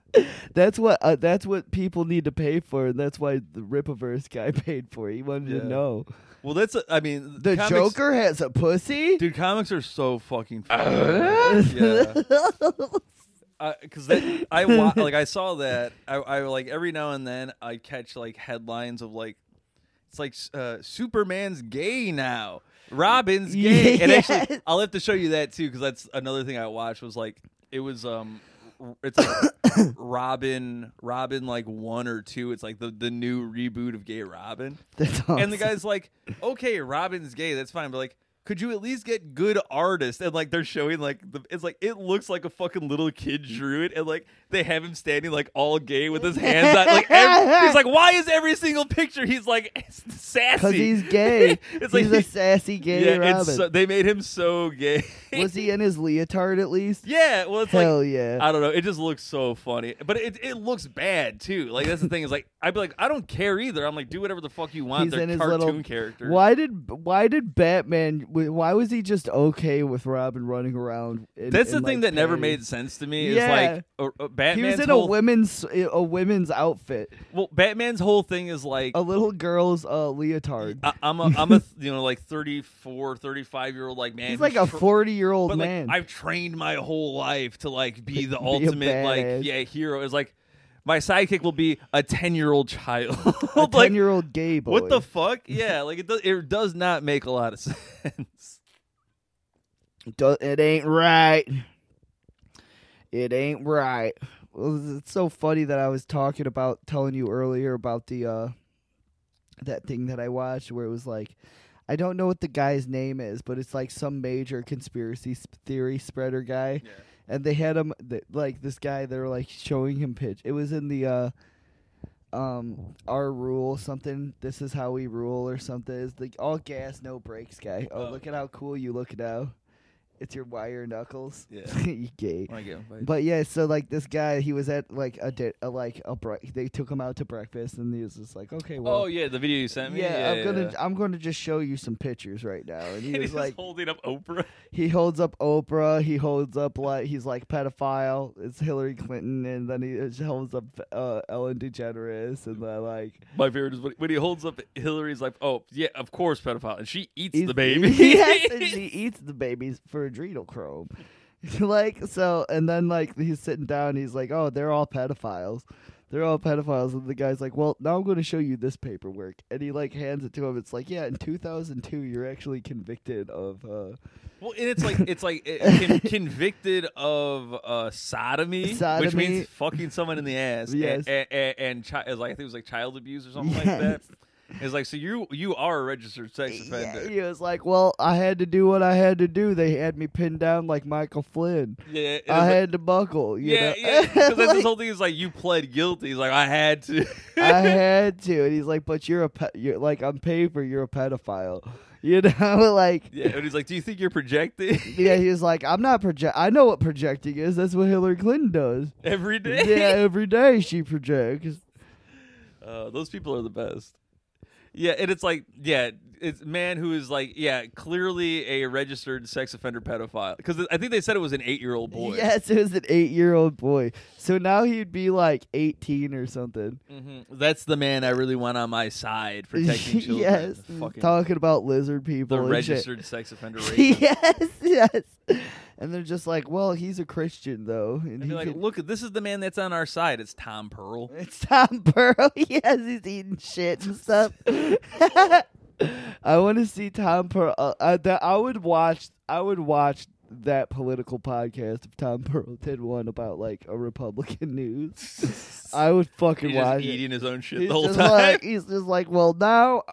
S1: That's what uh, that's what people need to pay for, and that's why the Ripaverse guy paid for. it. He wanted
S3: Yeah.
S1: to know.
S3: Well, that's. A, I mean,
S1: The
S3: comics-
S1: Joker has a pussy.
S3: dude. Comics are so fucking. funny. yeah. because that I wa- like I saw that I, I like every now and then I catch like headlines of like it's like uh, Superman's gay now, Robin's gay, and actually
S1: Yes.
S3: I'll have to show you that too because that's another thing I watched was like it was um r- it's like Robin Robin like one or two it's like the the new reboot of Gay Robin
S1: That's awesome.
S3: and the guy's like, okay, Robin's gay, that's fine, but like, could you at least get good artists? And like, they're showing like, the, it's like it looks like a fucking little kid drew it, and like they have him standing like all gay with his hands out. Like, ev- he's like, why is every single picture he's like
S1: because
S3: sassy?
S1: he's gay.
S3: it's like
S1: he's a sassy gay
S3: yeah,
S1: Robin.
S3: it's so, they made him so gay.
S1: Was he in his leotard at least?
S3: yeah, well, it's like
S1: Hell yeah.
S3: I don't know. It just looks so funny, but it it looks bad too. Like that's the thing is like I'd be like I don't care either. I'm like do whatever the fuck you want.
S1: He's
S3: They're
S1: in his
S3: cartoon
S1: little-
S3: characters.
S1: Why did why did Batman? Why was he just okay with Robin running around? In,
S3: That's
S1: in,
S3: the thing
S1: like,
S3: that never
S1: panties?
S3: made sense to me.
S1: Yeah.
S3: Is like a,
S1: He
S3: a Batman's
S1: was in a
S3: whole
S1: women's a women's outfit,
S3: well, Batman's whole thing is like
S1: a little girl's uh, leotard.
S3: I, I'm a I'm a you know like 34, 35 year old like man.
S1: He's
S3: who's
S1: like a
S3: tra-
S1: forty year old
S3: but, like,
S1: man.
S3: I've trained my whole life to like be the
S1: Be a
S3: ultimate like
S1: badass.
S3: yeah hero. Is like my sidekick will be a ten year old child.
S1: a
S3: like
S1: ten year old gay boy.
S3: what the fuck? Yeah, like it does it does not make a lot of sense.
S1: Do- it ain't right. It ain't right. Well, It's so funny that I was talking about telling you earlier about the uh that thing that I watched where it was like I don't know what the guy's name is, but it's like some major conspiracy sp- theory spreader guy.
S3: Yeah.
S1: And they had him th- like this guy they were like showing him pitch. It was in the uh um our rule something this is how we rule or something is the all gas no brakes guy oh,
S3: Oh.
S1: look at how cool you look now it's your wire knuckles
S3: Yeah.
S1: you gay
S3: When I get invited.
S1: but yeah so like this guy he was at like a, di- a like a break they took him out to breakfast and he was just like okay well
S3: oh yeah, the video you sent me.
S1: yeah, I'm gonna
S3: yeah.
S1: I'm gonna just show you some pictures right now. And he
S3: And
S1: was
S3: he's
S1: like,
S3: holding up Oprah.
S1: he holds up Oprah, he holds up like he's like pedophile. It's Hillary Clinton, and then he just holds up uh, Ellen DeGeneres, and then like
S3: My favorite is when, when he holds up Hillary's like, oh yeah, of course, pedophile, and she eats
S1: He's-
S3: the baby.
S1: yes, and she eats the babies for adrenal chrome. like so, and then like he's sitting down. He's like, "Oh, they're all pedophiles. They're all pedophiles." And the guy's like, "Well, now I'm going to show you this paperwork." And he like hands it to him. It's like, "Yeah, in 2002, you're actually convicted of." uh
S3: well, and it's like it's like uh, con- convicted of uh, sodomy, which
S1: Sodomy.
S3: means fucking someone in the ass.
S1: Yes.
S3: and, and, and chi- like I think it was like child abuse or something like that.
S1: Yes.
S3: It's like so you you are a registered sex
S1: Yeah,
S3: offender.
S1: he was like, "Well, I had to do what I had to do. They had me pinned down like Michael Flynn.
S3: Yeah, and it's
S1: I
S3: like-
S1: had to buckle. You
S3: yeah,
S1: know?
S3: yeah. Because that's his
S1: Like-
S3: whole thing is like you pled guilty. He's like I had to.
S1: I had to. And he's like, but you're a pe- you're like on paper, you're a pedophile. You know, like
S3: yeah, and he's like, do you think you're projecting
S1: yeah, he was like, I'm not project. I know what projecting is. That's what Hillary Clinton does.
S3: every day?
S1: yeah, every day she projects.
S3: Uh, those people are the best. Yeah, and it's like, yeah, it's man who is like, yeah, clearly a registered sex offender pedophile. Because I think they said it was an eight year old boy.
S1: Yes, it was an eight-year-old boy. So now he'd be like 18 or something.
S3: Mhm. That's the man I really want on my side protecting children.
S1: yes,
S3: The fucking-
S1: talking about lizard people.
S3: the
S1: and shit.
S3: registered sex offender. rapist.
S1: yes, yes. And they're just like, well, he's a Christian though, and,
S3: And
S1: he
S3: they're like,
S1: could-
S3: look, this is the man that's on our side. It's Tom Pearl.
S1: It's Tom Pearl. yes, he's eating shit and stuff. I want to see Tom Pearl. Uh, uh, that I would watch. I would watch that political podcast if Tom Pearl did one about like a Republican news. I would fucking
S3: He's
S1: watch
S3: just
S1: it.
S3: eating his own shit
S1: He's
S3: the whole
S1: just
S3: time.
S1: like he's just like, well, now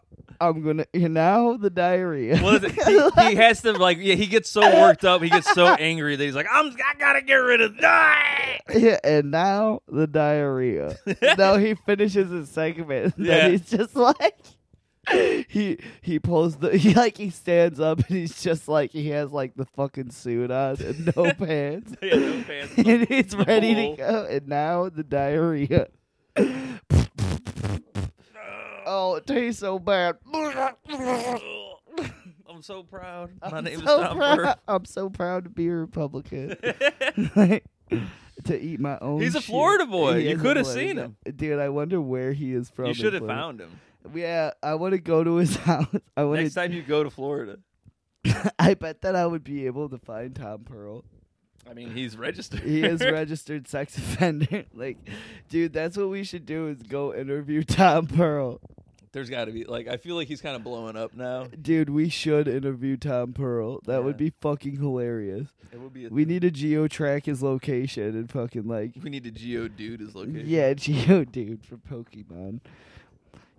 S1: I'm gonna now the diarrhea.
S3: Well, that's it. he, he has to like yeah. He gets so worked up, he gets so angry that he's like, "I'm I gotta get rid of that."
S1: Yeah, and now the diarrhea. no, he finishes his segment. And
S3: Yeah.
S1: then he's just like he he pulls the he like he stands up and he's just like he has like the fucking suit on and no pants.
S3: Yeah, no pants.
S1: and he's
S3: The
S1: ready
S3: bowl.
S1: to go. And now the diarrhea. oh, it tastes so bad.
S3: I'm so proud. My
S1: I'm
S3: name
S1: so
S3: is Tom
S1: proud. I'm so proud to be a Republican.
S3: Pearl.
S1: Like, to eat my own.
S3: He's a
S1: shit.
S3: Florida boy.
S1: He
S3: You
S1: is a
S3: coulda
S1: Florida
S3: seen
S1: guy.
S3: him.
S1: dude. I wonder where he is from.
S3: you
S1: in
S3: should have
S1: Florida.
S3: found him.
S1: Yeah, I want to go to his house. I want
S3: Next
S1: to.
S3: time you go to Florida,
S1: I bet that I would be able to find Tom Pearl.
S3: I mean, he's registered.
S1: He is registered sex offender. Like, dude, that's what we should do is go interview Tom Pearl.
S3: There's got to be like I feel like he's kind of blowing up now.
S1: Dude, we should interview Tom Pearl. That would
S3: Yeah.
S1: be fucking hilarious.
S3: It would be. A,
S1: We need to geo track his location and fucking like
S3: we need to geo dude his location.
S1: Yeah, Geodude for Pokemon.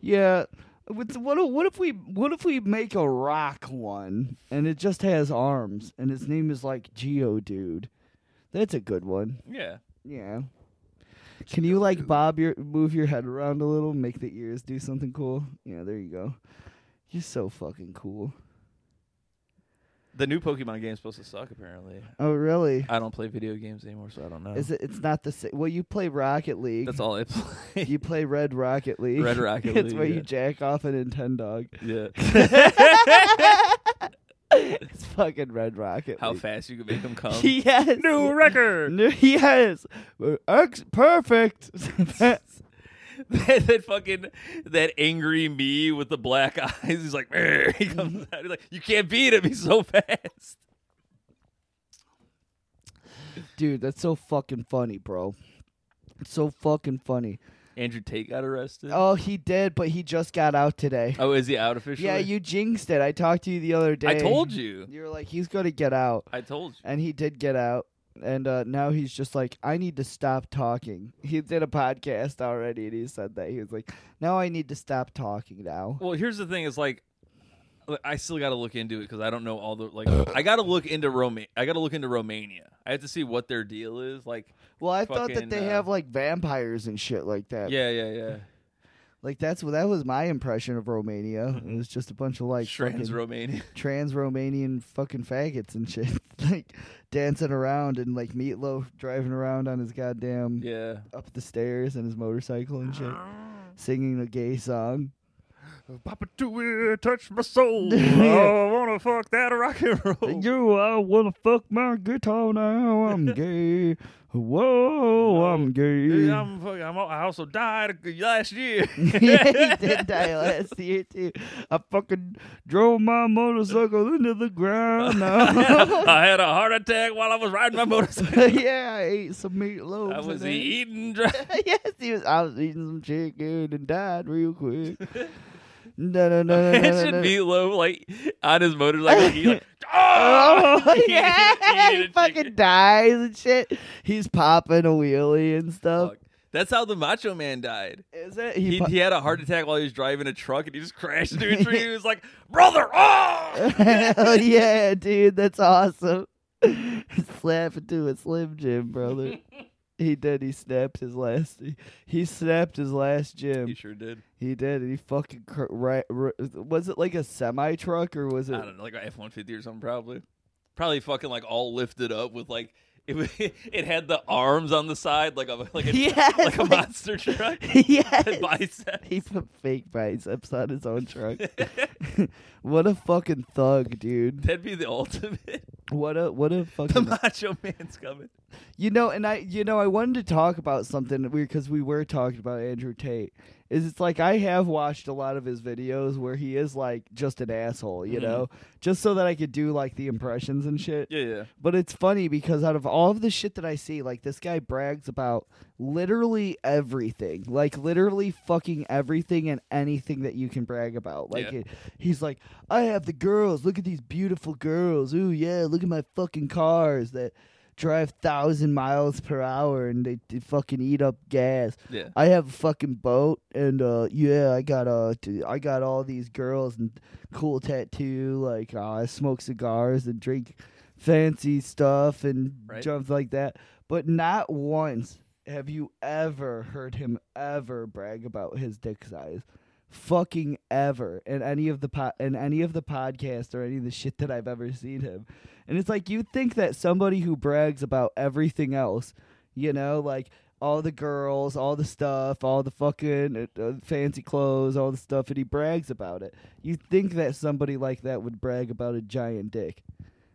S1: Yeah. With, what if- what if we what if we make a rock one and it just has arms and its name is like Geodude? That's a good one.
S3: Yeah.
S1: Yeah. Can you like bob your move your head around a little, make the ears do something cool? Yeah, there you go. You're so fucking cool.
S3: The new Pokemon game's supposed to suck apparently.
S1: Oh really?
S3: I don't play video games anymore, so I don't know.
S1: Is it? It's not the same. Well, you play Rocket League.
S3: Uh, That's all I play.
S1: You play Red Rocket League.
S3: Red Rocket
S1: That's
S3: League,
S1: where
S3: yeah.
S1: you jack off a Nintendog.
S3: yeah.
S1: It's fucking Red Rocket.
S3: How
S1: League.
S3: fast you can make them come.
S1: Yes.
S3: record.
S1: New- yes. Ex- perfect.
S3: that, that fucking that angry me with the black eyes. He's like, "Arr," he comes out. He's like, you can't beat him. He's so fast.
S1: Dude, that's so fucking funny, bro. It's so fucking funny.
S3: Andrew Tate got arrested.
S1: Oh, he did, but he just got out today.
S3: Oh, is he out officially?
S1: yeah, you jinxed it. I talked to you the other day.
S3: I told you.
S1: You were like, he's going to get out.
S3: I told you.
S1: And he did get out. And uh, now he's just like, I need to stop talking. He did a podcast already and he said that. He was like, now I need to stop talking now.
S3: Well, here's the thing: is like, I still got to look into it because I don't know all the like. I got to look into Roma. I got to look into Romania. I have to see what their deal is. Like,
S1: Well, I thought that
S3: Fucking,
S1: they
S3: uh,
S1: have like vampires and shit like that.
S3: yeah, yeah, yeah.
S1: Like that's what that was my impression of Romania. It was just a bunch of like
S3: Mm-hmm. Trans
S1: fucking
S3: Romania.
S1: trans Romanian fucking faggots and shit, like dancing around and like Meatloaf driving around on his goddamn
S3: yeah.
S1: up the stairs and his motorcycle and shit, singing a gay song.
S3: Papa Tui, touch my soul.
S1: Yeah.
S3: I wanna fuck that rock and roll.
S1: You, I wanna fuck my guitar now. I'm gay. Whoa, I'm gay.
S3: Yeah, I'm fucking, I'm, I also died last year.
S1: yeah, he did die last year too. I fucking drove my motorcycle into the ground. Now.
S3: I had a heart attack while I was riding my motorcycle.
S1: yeah, I ate some meatloaf.
S3: I was
S1: today.
S3: eating. Dry-
S1: yes, he was. I was eating some chicken and died real quick. No, no, no, no, no, no,
S3: Imagine
S1: no.
S3: Meatloaf like on his motorcycle. He like, oh,
S1: Oh
S3: He
S1: yeah,
S3: ate
S1: he
S3: a
S1: fucking
S3: chicken.
S1: dies and shit. He's popping a wheelie and stuff.
S3: Fuck. That's how the Macho Man died.
S1: Is it?
S3: He,
S1: He, pu-
S3: he had a heart attack while he was driving a truck, and he just crashed into a tree. He was like, "Brother, oh!"
S1: Hell yeah, dude, that's awesome. Slap into a slim jim, brother. he did. He snapped his last. He, he snapped his last
S3: he
S1: jim.
S3: sure did.
S1: He did, and he fucking cr- right, was it like a semi truck or was it?
S3: I don't know, like a F one fifty or something, probably. Probably fucking like all lifted up with like it. wa- It had the arms on the side, like a like a
S1: Yes,
S3: like a
S1: like-
S3: monster truck.
S1: yes.
S3: Biceps.
S1: He put fake biceps on his own truck. what a fucking thug, dude.
S3: That'd be the ultimate.
S1: What a what a
S3: The
S1: fucking
S3: Macho Man's coming.
S1: you know, and I, you know, I wanted to talk about something weird because we were talking about Andrew Tate. Is it's like I have watched a lot of his videos where he is like just an asshole, you
S3: Mhm.
S1: know, just so that I could do like the impressions and shit.
S3: Yeah, yeah.
S1: But it's funny because out of all of the shit that I see, like this guy brags about literally everything, like literally fucking everything and anything that you can brag about. Like
S3: Yeah.
S1: it, he's like, I have the girls. Look at these beautiful girls. Ooh yeah, look at my fucking cars that drive thousand miles per hour and they, they fucking eat up gas.
S3: Yeah.
S1: I have a fucking boat, and uh, yeah, I got uh, t- I got all these girls and cool tattoo. Like uh, I smoke cigars and drink fancy stuff and
S3: Right.
S1: jumps like that. But not once have you ever heard him ever brag about his dick size, fucking ever, in any of the po- in any of the podcasts or any of the shit that I've ever seen him. And it's like you think that somebody who brags about everything else, you know, like all the girls, all the stuff, all the fucking uh, uh, fancy clothes, all the stuff, and he brags about it. You think that somebody like that would brag about a giant dick,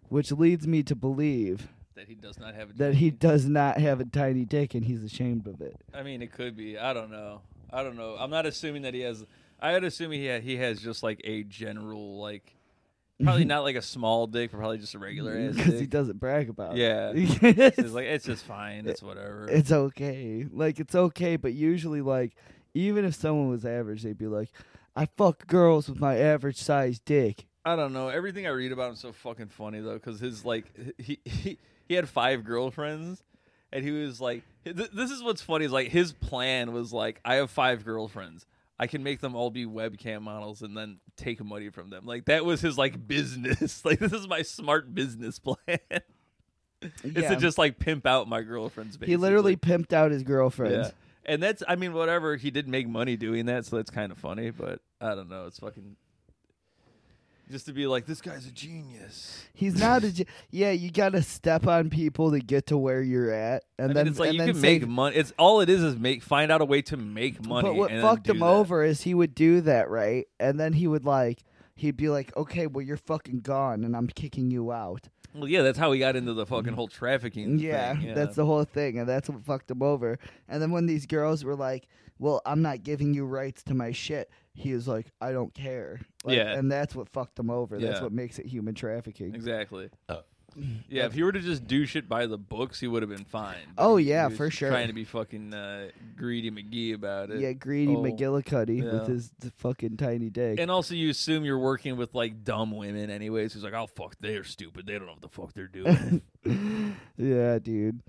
S1: which leads me to believe
S3: That he does not have a
S1: that he
S3: gene.
S1: does not have a tiny dick and he's ashamed of it.
S3: I mean, it could be. I don't know. I don't know. I'm not assuming that he has. I would assume he ha- he has just like a general like, probably not like a small dick, but probably just a regular ass
S1: because he
S3: dick.
S1: doesn't brag about
S3: Yeah.
S1: it. Yeah,
S3: It's like it's just fine. It's whatever.
S1: it's okay. Like it's okay, but usually like even if someone was average, they'd be like, "I fuck girls with my average sized dick."
S3: I don't know. Everything I read about him's so fucking funny though, because his like he, he he had five girlfriends, and he was like, th- this is what's funny is like his plan was like, I have five girlfriends. I can make them all be webcam models and then take money from them. Like that was his like business. like this is my smart business plan. is
S1: Yeah.
S3: to just like pimp out my girlfriends. Basically.
S1: he literally pimped out his girlfriends.
S3: yeah. And that's I mean whatever he did make money doing that, so that's kind of funny. But I don't know. It's fucking. Just to be like, this guy's a genius.
S1: He's not a. ge- yeah, you gotta step on people to get to where you're at, and
S3: And
S1: then
S3: it's like
S1: and
S3: you
S1: then
S3: can
S1: save-
S3: make money. It's all it is is make find out a way to make money.
S1: But what
S3: and then
S1: fucked
S3: do
S1: him
S3: that.
S1: over is he would do that, right? And then he would like he'd be like, "Okay, well you're fucking gone, and I'm kicking you out."
S3: Well, yeah, that's how he got into the fucking whole trafficking.
S1: Mm. Yeah,
S3: thing. yeah.
S1: that's the whole thing, and that's what fucked him over. And then when these girls were like, "Well, I'm not giving you rights to my shit," he was like, "I don't care." Like,
S3: Yeah.
S1: and that's what fucked him over. That's
S3: Yeah.
S1: what makes it human trafficking.
S3: exactly. Yeah, if he were to just do shit by the books, he would have been fine. But
S1: Oh,
S3: he- he
S1: yeah,
S3: was
S1: for sure.
S3: Trying to be fucking uh, greedy McGee about it.
S1: Yeah, greedy
S3: Oh.
S1: McGillicuddy with
S3: Yeah.
S1: his t- fucking tiny dick.
S3: And also, you assume you're working with like dumb women, anyways. Who's like, oh fuck, they're stupid. They don't know what the fuck they're doing.
S1: yeah, dude.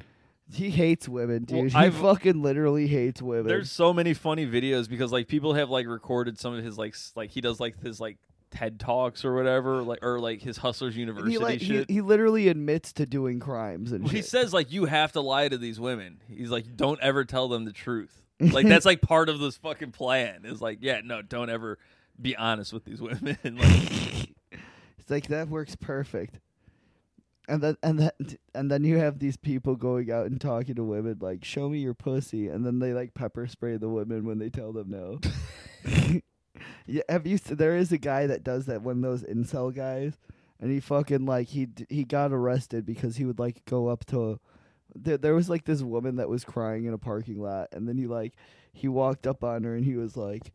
S1: He hates women, dude.
S3: Well,
S1: he
S3: I've-
S1: fucking literally hates women.
S3: There's so many funny videos because like people have like recorded some of his like s- like he does like his like TED talks or whatever, like or like his Hustlers
S1: And
S3: University
S1: he like he,
S3: shit.
S1: he literally admits to doing crimes and
S3: Well, he
S1: shit.
S3: says like you have to lie to these women. He's like, don't ever tell them the truth. Like that's like part of this fucking plan. Is like, yeah, no, don't ever be honest with these women. like,
S1: It's like that works perfect. And then and then and then you have these people going out and talking to women like, "Show me your pussy," and then they like pepper spray the women when they tell them no. yeah, have you? s- There is a guy that does that. One of those incel guys, and he fucking like he d- he got arrested because he would like go up to. There, there was like this woman that was crying in a parking lot, and then he like he walked up on her and he was like,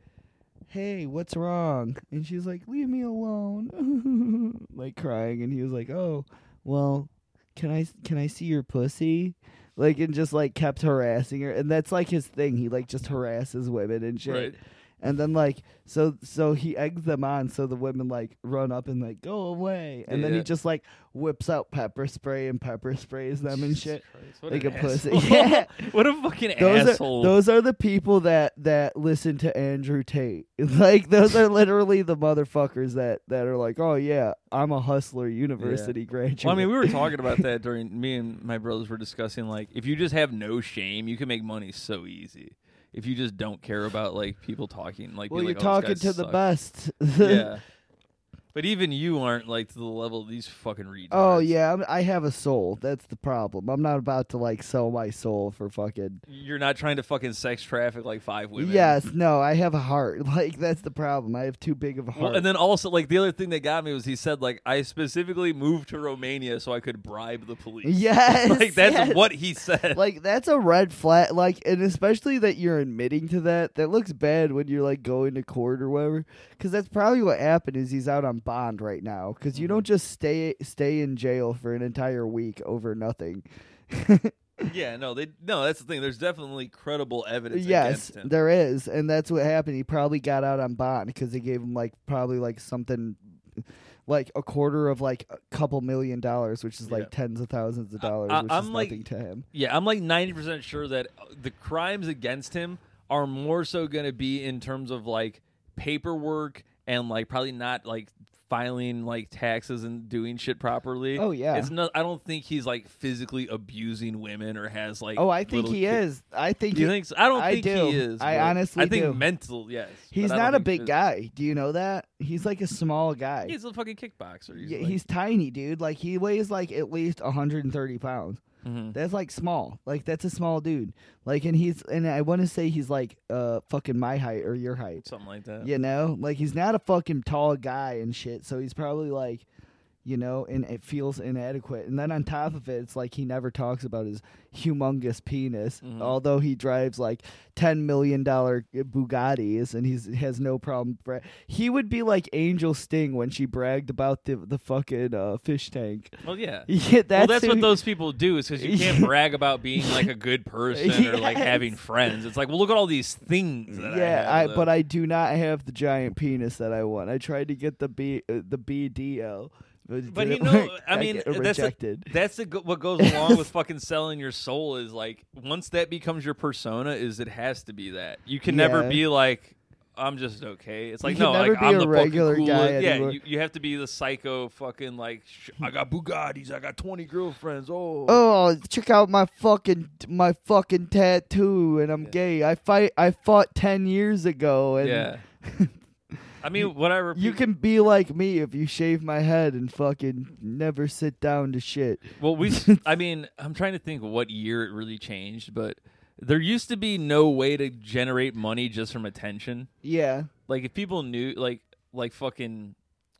S1: "Hey, what's wrong?" And she's like, "Leave me alone," like crying, and he was like, "Oh, well, can I can I see your pussy?" Like and just like kept harassing her, and that's like his thing. He like just harasses women and shit.
S3: right?
S1: And then like so so he eggs them on so the women like run up and like go away. And then he
S3: Yeah.
S1: just like whips out pepper spray and pepper sprays them and
S3: Jesus
S1: shit.
S3: Christ, what
S1: Like
S3: an
S1: a pussy.
S3: asshole.
S1: Yeah.
S3: what a fucking
S1: Those
S3: asshole.
S1: are those are the people that that listen to Andrew Tate. Like those are literally the motherfuckers that that are like, "Oh yeah, I'm a hustler university graduate."
S3: Well, I mean, we were talking about that during me and my brothers were discussing like if you just have no shame, you can make money so easy. If you just don't care about like "Oh, people talking, like
S1: Well,
S3: be
S1: you're
S3: like, "Oh, this guy
S1: talking to the
S3: sucks."
S1: best.
S3: yeah. But even you aren't like to the level of these fucking retards.
S1: Oh yeah, I'm, I have a soul. That's the problem. I'm not about to like sell my soul for fucking.
S3: You're not trying to fucking sex traffic like five women.
S1: Yes, no, I have a heart. Like that's the problem. I have too big of a heart.
S3: Well, and then also like the other thing that got me was he said like I specifically moved to Romania so I could bribe the police.
S1: yes,
S3: like that's
S1: yes.
S3: what he said.
S1: Like that's a red flag. Like and especially that you're admitting to that. That looks bad when you're like going to court or whatever. Because that's probably what happened. Is he's out on bond right now? Because
S3: Mm-hmm.
S1: you don't just stay stay in jail for an entire week over nothing.
S3: yeah, no, they no, that's the thing. There's definitely credible evidence
S1: yes,
S3: against him.
S1: there is, and that's what happened. He probably got out on bond because they gave him like probably like something. Like a quarter of like a couple million dollars, which is like
S3: Yeah.
S1: tens of thousands of
S3: I-
S1: dollars,
S3: I-
S1: which is
S3: I'm, like-
S1: nothing to him.
S3: yeah, I'm like 90% sure that uh, the crimes against him are more so going to be in terms of like paperwork and like probably not like filing like taxes and doing shit properly.
S1: Oh, yeah.
S3: It's not I don't think he's like physically abusing women or has like
S1: Oh, I think
S3: little
S1: he
S3: kid-
S1: is. I think
S3: Do you
S1: he-
S3: think so? I don't
S1: I
S3: think
S1: do.
S3: he is.
S1: I
S3: but
S1: honestly
S3: I think
S1: do.
S3: mental, yes.
S1: He's
S3: but I don't
S1: not a
S3: think
S1: big
S3: phys-
S1: guy. Do you know that? He's like a small guy.
S3: He's a fucking kickboxer. He's
S1: yeah,
S3: like-
S1: he's tiny, dude. Like he weighs like at least 130 pounds.
S3: Mhm.
S1: That's like small. Like that's a small dude. Like and he's and I want to say he's like uh fucking my height or your height.
S3: something like that.
S1: You know, like he's not a fucking tall guy and shit. So he's probably like, you know, and it feels inadequate. And then on top of it, it's like he never talks about his humongous penis,
S3: Mhm.
S1: although he drives like ten million dollar uh, Bugattis and he's has no problem. Bra- he would be like Angel Sting when she bragged about the the fucking uh, fish tank.
S3: Well, yeah.
S1: Yeah, that's
S3: well, that's
S1: who-
S3: what those people do is because you can't
S1: Yeah.
S3: brag about being like a good person or like
S1: Yes.
S3: having friends. It's like, well, look at all these things. That
S1: Yeah,
S3: I,
S1: I,
S3: have,
S1: but I do not have the giant penis that I want. I tried to get the B uh, the BDL, but, it
S3: But you
S1: didn't
S3: know,
S1: work.
S3: I mean,
S1: get
S3: that's the,
S1: rejected.
S3: that's the, go- what goes along with fucking selling your soul is like once that becomes your persona, is it has to be that you can never
S1: Yeah.
S3: be like. I'm just okay. It's like
S1: can
S3: no,
S1: never
S3: like
S1: be
S3: I'm
S1: a
S3: the fucking
S1: regular
S3: coolest.
S1: guy
S3: Yeah,
S1: anymore.
S3: you, you have to be the psycho fucking like sh- I got Bugattis, I got 20 girlfriends. Oh,
S1: oh, check out my fucking my fucking tattoo, and I'm
S3: Yeah.
S1: gay. I fight. I fought ten years ago, and
S3: yeah. I mean, what I repeat,
S1: you can be like me if you shave my head and fucking never sit down to shit.
S3: Well, we, I mean, I'm trying to think what year it really changed, but there used to be no way to generate money just from attention.
S1: Yeah,
S3: Like if people knew, like, like fucking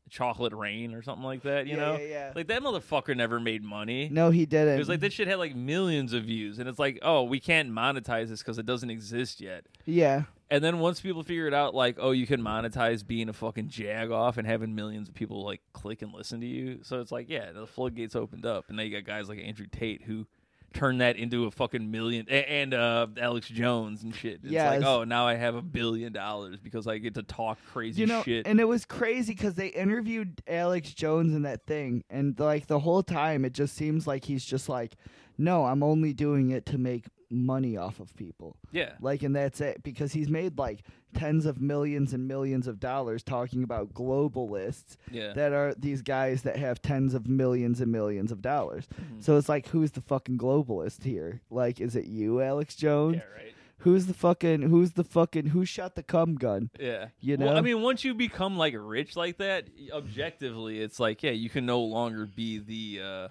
S3: chocolate rain or something like that, you
S1: Yeah,
S3: know,
S1: yeah, yeah.
S3: like that motherfucker never made money.
S1: no, he
S3: It
S1: didn't.
S3: was like this shit had like millions of views, and it's like, oh, we can't monetize this because it doesn't exist yet.
S1: yeah,
S3: And then once people figured out, like, oh, you can monetize being a fucking jag off and having millions of people like click and listen to you. So it's like, yeah, the floodgates opened up, and now you got guys like Andrew Tate who turned that into a fucking million, a- and uh, Alex Jones and shit. It's
S1: Yes.
S3: like, oh, now I have a billion dollars because I get to talk crazy
S1: you know,
S3: shit.
S1: and it was crazy because they interviewed Alex Jones in that thing, and like the whole time, it just seems like he's just like, no, I'm only doing it to make money off of people.
S3: yeah,
S1: Like, and that's it because he's made like tens of millions and millions of dollars talking about globalists
S3: yeah.
S1: that are these guys that have tens of millions and millions of dollars.
S3: Mm-hmm.
S1: So it's like, who's the fucking globalist here? Like, is it you, Alex Jones?
S3: yeah, right.
S1: Who's the fucking, who's the fucking, who shot the cum gun?
S3: Yeah.
S1: You
S3: Well, I
S1: know?
S3: mean, once you become like rich like that, objectively, it's like, yeah, you can no longer be the uh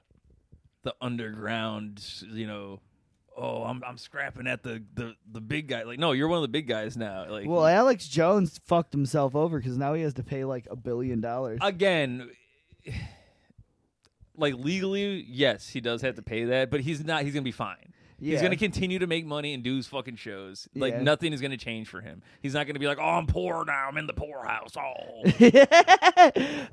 S3: the underground, you know, oh, I'm I'm scrapping at the the the big guy. Like, no, you're one of the big guys now. Like
S1: Well, Alex Jones fucked himself over because now he has to pay like a billion dollars.
S3: Uh, again, like legally, yes, he does have to pay that, but he's not he's going to be fine.
S1: Yeah.
S3: He's going to continue to make money and do his fucking shows. Like
S1: Yeah.
S3: nothing is going to change for him. He's not going to be like, "Oh, I'm poor now. I'm in the poorhouse." Oh.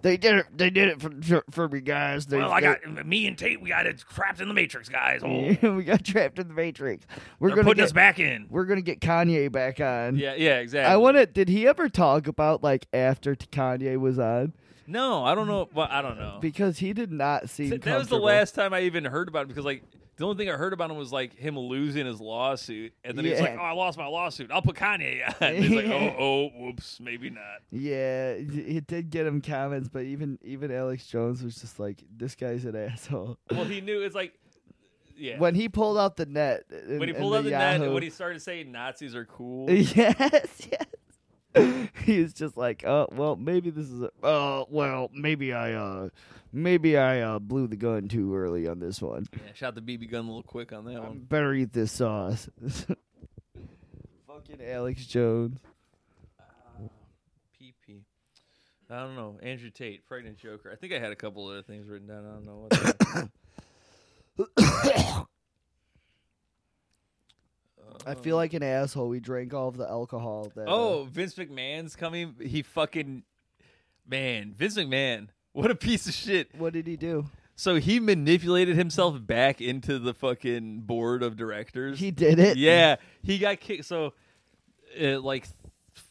S1: they did it. They did it for for, for me, guys. They,
S3: Well, I
S1: they-
S3: got me and Tate. We got it trapped in the matrix, guys. Oh,
S1: we got trapped in the matrix. We're
S3: they're
S1: gonna
S3: putting
S1: get,
S3: us back in.
S1: We're gonna get Kanye back on.
S3: Yeah, yeah, exactly.
S1: I want to. Did he ever talk about like after t- Kanye was on?
S3: No, I don't know. Well, I don't know.
S1: Because he did not seem.
S3: Oh. Th- That was the
S1: comfortable.
S3: last time I even heard about him because, like, the only thing I heard about him was like him losing his lawsuit, and then he was
S1: Yeah.
S3: like, "Oh, I lost my lawsuit. I'll put Kanye on." He's like, "Oh, oh, whoops, maybe not."
S1: Yeah, it it did get him comments, but even even Alex Jones was just like, "This guy's an asshole."
S3: Well, he knew it's like, yeah.
S1: When he pulled out the net, and,
S3: When he pulled
S1: and
S3: out the
S1: the
S3: net,
S1: Yahoo-
S3: when he started saying Nazis are cool,
S1: Yes, yes. He's just like, oh well, maybe this is, a, oh well, maybe I, uh, maybe I uh, blew the gun too early on this one.
S3: Yeah, shot the BB gun a little quick on that
S1: I
S3: one.
S1: better eat this sauce. Fucking Alex Jones.
S3: PP. I don't know. Andrew Tate, pregnant Joker. I think I had a couple other things written down. I don't know what. they-
S1: I feel like an asshole. We drank all of the alcohol. That,
S3: Uh.
S1: uh,
S3: Oh, Vince McMahon's coming. He fucking man, Vince McMahon. What a piece of shit.
S1: uh, what did he do?
S3: So he manipulated himself back into the fucking board of directors.
S1: He did it.
S3: yeah, he got kicked. So, uh, like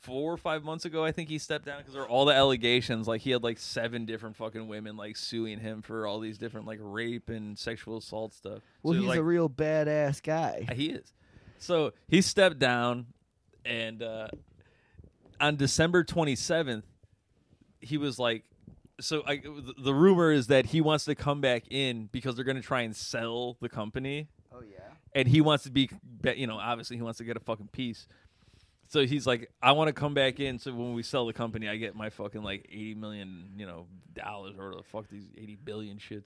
S3: four or five months ago, I think he stepped down because there were all the allegations. Like he had like seven different fucking women like suing him for all these different like rape and sexual assault stuff.
S1: Well,
S3: so,
S1: he's
S3: like,
S1: a real badass guy.
S3: he is. So he stepped down, and uh, on December 27th, he was like, so I, the- the rumor is that he wants to come back in because they're going to try and sell the company,
S1: Oh yeah.
S3: and he wants to be, be- you know, obviously he wants to get a fucking piece. So he's like, I want to come back in. So when we sell the company, I get my fucking like eighty million, you know, dollars or whatever the fuck these eighty billion shits.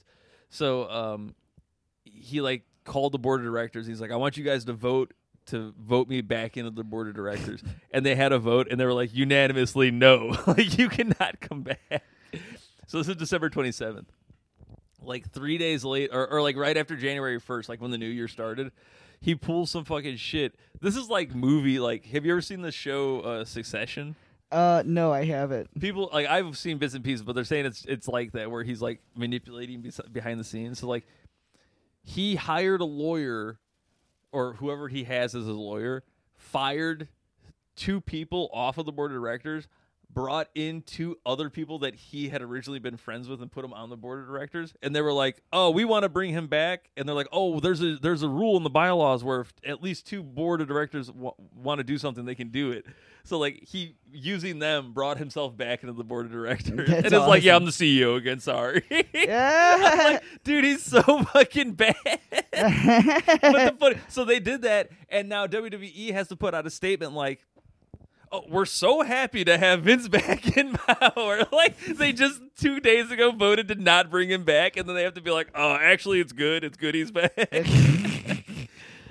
S3: So um, he like called the board of directors. He's like, I want you guys to vote to vote me back into the board of directors. and they had a vote, and they were like unanimously no, like you cannot come back. So this is December twenty seventh. Like three days late, or, or like right after January first, like when the new year started, he pulls some fucking shit. This is like movie. Like, have you ever seen the show uh, Succession?
S1: Uh, no, I haven't.
S3: people like I've seen bits and pieces, but they're saying it's it's like that where he's like manipulating bes- behind the scenes. So like he hired a lawyer or whoever he has as a lawyer, fired two people off of the board of directors, brought in two other people that he had originally been friends with and put them on the board of directors, and they were like, "Oh, we want to bring him back," and they're like, "Oh, there's a there's a rule in the bylaws where if at least two board of directors w- want to do something, they can do it." So like he using them brought himself back into the board of directors,
S1: That's
S3: and it's like, "Yeah, I'm
S1: awesome.
S3: the CEO again. Sorry,
S1: Yeah.
S3: dude, he's so fucking bad." but the funny, so they did that, and now WWE has to put out a statement like, "Oh, we're so happy to have Vince back in power." Like they just two days ago voted to not bring him back, and then they have to be like, "Oh, actually, it's good. It's good he's back."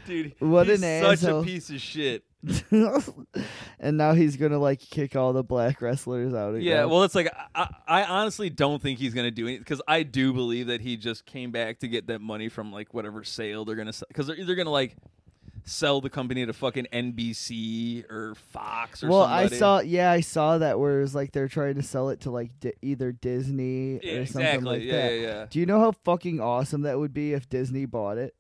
S3: Dude,
S1: What
S3: he's
S1: an
S3: such
S1: asshole.
S3: a piece of shit.
S1: and now he's gonna like kick all the black wrestlers out. Again.
S3: Yeah, well, it's like I, I honestly don't think he's gonna do it because I do believe that he just came back to get that money from like whatever sale they're gonna sell because they're either gonna like sell the company to fucking NBC or Fox or
S1: Well, I
S3: somebody.
S1: saw. Yeah, I saw that where it was like they're trying to sell it to like di- either Disney
S3: Yeah,
S1: or something
S3: exactly.
S1: like
S3: yeah,
S1: that.
S3: yeah, yeah.
S1: Do you know how fucking awesome that would be if Disney bought it?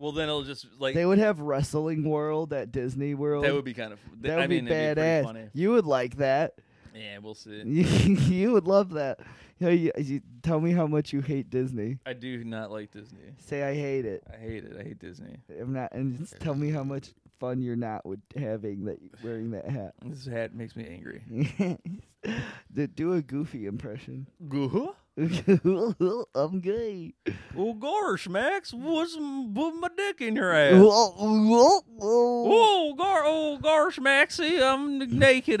S3: Well, then it'll just like
S1: They would have Wrestling World at Disney World.
S3: that would be kind of
S1: That
S3: I
S1: would
S3: mean
S1: be
S3: it'd pretty
S1: badass.
S3: funny.
S1: You would like that.
S3: Yeah, we'll see.
S1: you would love that. You know, you- you- tell me how much you hate Disney.
S3: I do not like Disney.
S1: Say I hate it.
S3: I hate it. I hate Disney.
S1: I'm not, and just tell me how much fun you're not with having that wearing that hat.
S3: This hat makes me angry.
S1: Dude, Do a goofy impression.
S3: Go-huh.
S1: I'm gay.
S3: Oh gosh, Max, what's put my dick in your ass? Oh, gar- oh gosh, Maxie, I'm n- naked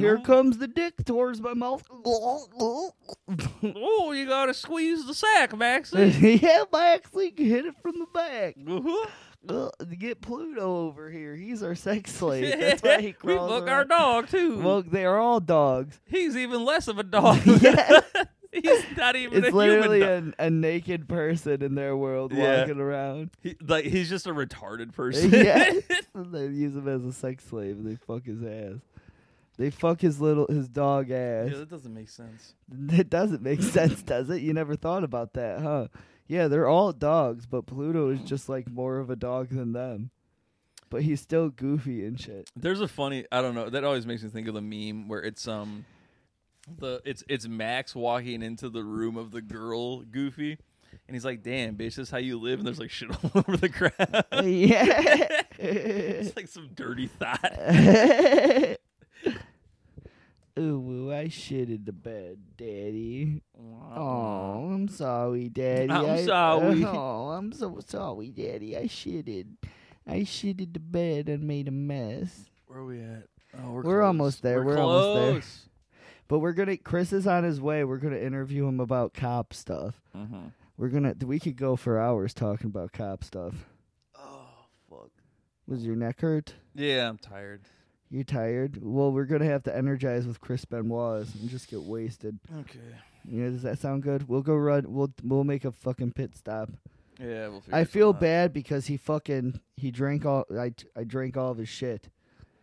S1: Here comes the dick towards my mouth.
S3: Oh, you gotta squeeze the sack, Maxie.
S1: yeah, Maxie, hit it from the back.
S3: Uh-huh.
S1: Uh, get Pluto over here. He's our sex slave. That's why he
S3: we
S1: crawls
S3: book
S1: around.
S3: our dog too.
S1: Well, they are all dogs.
S3: He's even less of a dog.
S1: Yeah.
S3: He's not even
S1: It's
S3: a human
S1: literally
S3: dog.
S1: a, a naked person in their world
S3: Yeah.
S1: walking around.
S3: He- like he's just a retarded person.
S1: yeah, And they use him as a sex slave. and They fuck his ass. They fuck his little his dog ass.
S3: Yeah, that doesn't make sense.
S1: It doesn't make sense, does it? You never thought about that, huh? Yeah, they're all dogs, but Pluto is just like more of a dog than them. But he's still goofy and shit.
S3: There's a funny I don't know, that always makes me think of the meme where it's um the it's it's Max walking into the room of the girl Goofy and he's like, "Damn, bitch, this is how you live." And there's like shit all over the crowd.
S1: yeah.
S3: it's like some dirty thought.
S1: Ooh, woo, I shitted the bed, Daddy. Oh, I'm sorry, Daddy.
S3: Uh-uh. I'm
S1: I- uh,
S3: sorry.
S1: Oh, I'm so sorry, Daddy. I shitted. I shitted the bed and made a mess.
S3: Where are we at? Oh, we're,
S1: We're
S3: close.
S1: almost there,
S3: We're,
S1: we're almost there.
S3: close.
S1: But we're gonna. Chris is on his way. We're gonna interview him about cop stuff.
S3: Mhm.
S1: We're gonna. We could go for hours talking about cop stuff.
S3: Oh fuck.
S1: Was your neck hurt?
S3: Yeah, I'm tired.
S1: You tired? Well, we're gonna have to energize with Chris Benoit and just get wasted.
S3: Okay.
S1: Yeah, does that sound good? We'll go run. We'll we'll make a fucking pit stop.
S3: Yeah, we'll. Figure
S1: I feel
S3: something out.
S1: bad because he fucking he drank all I I drank all of his shit.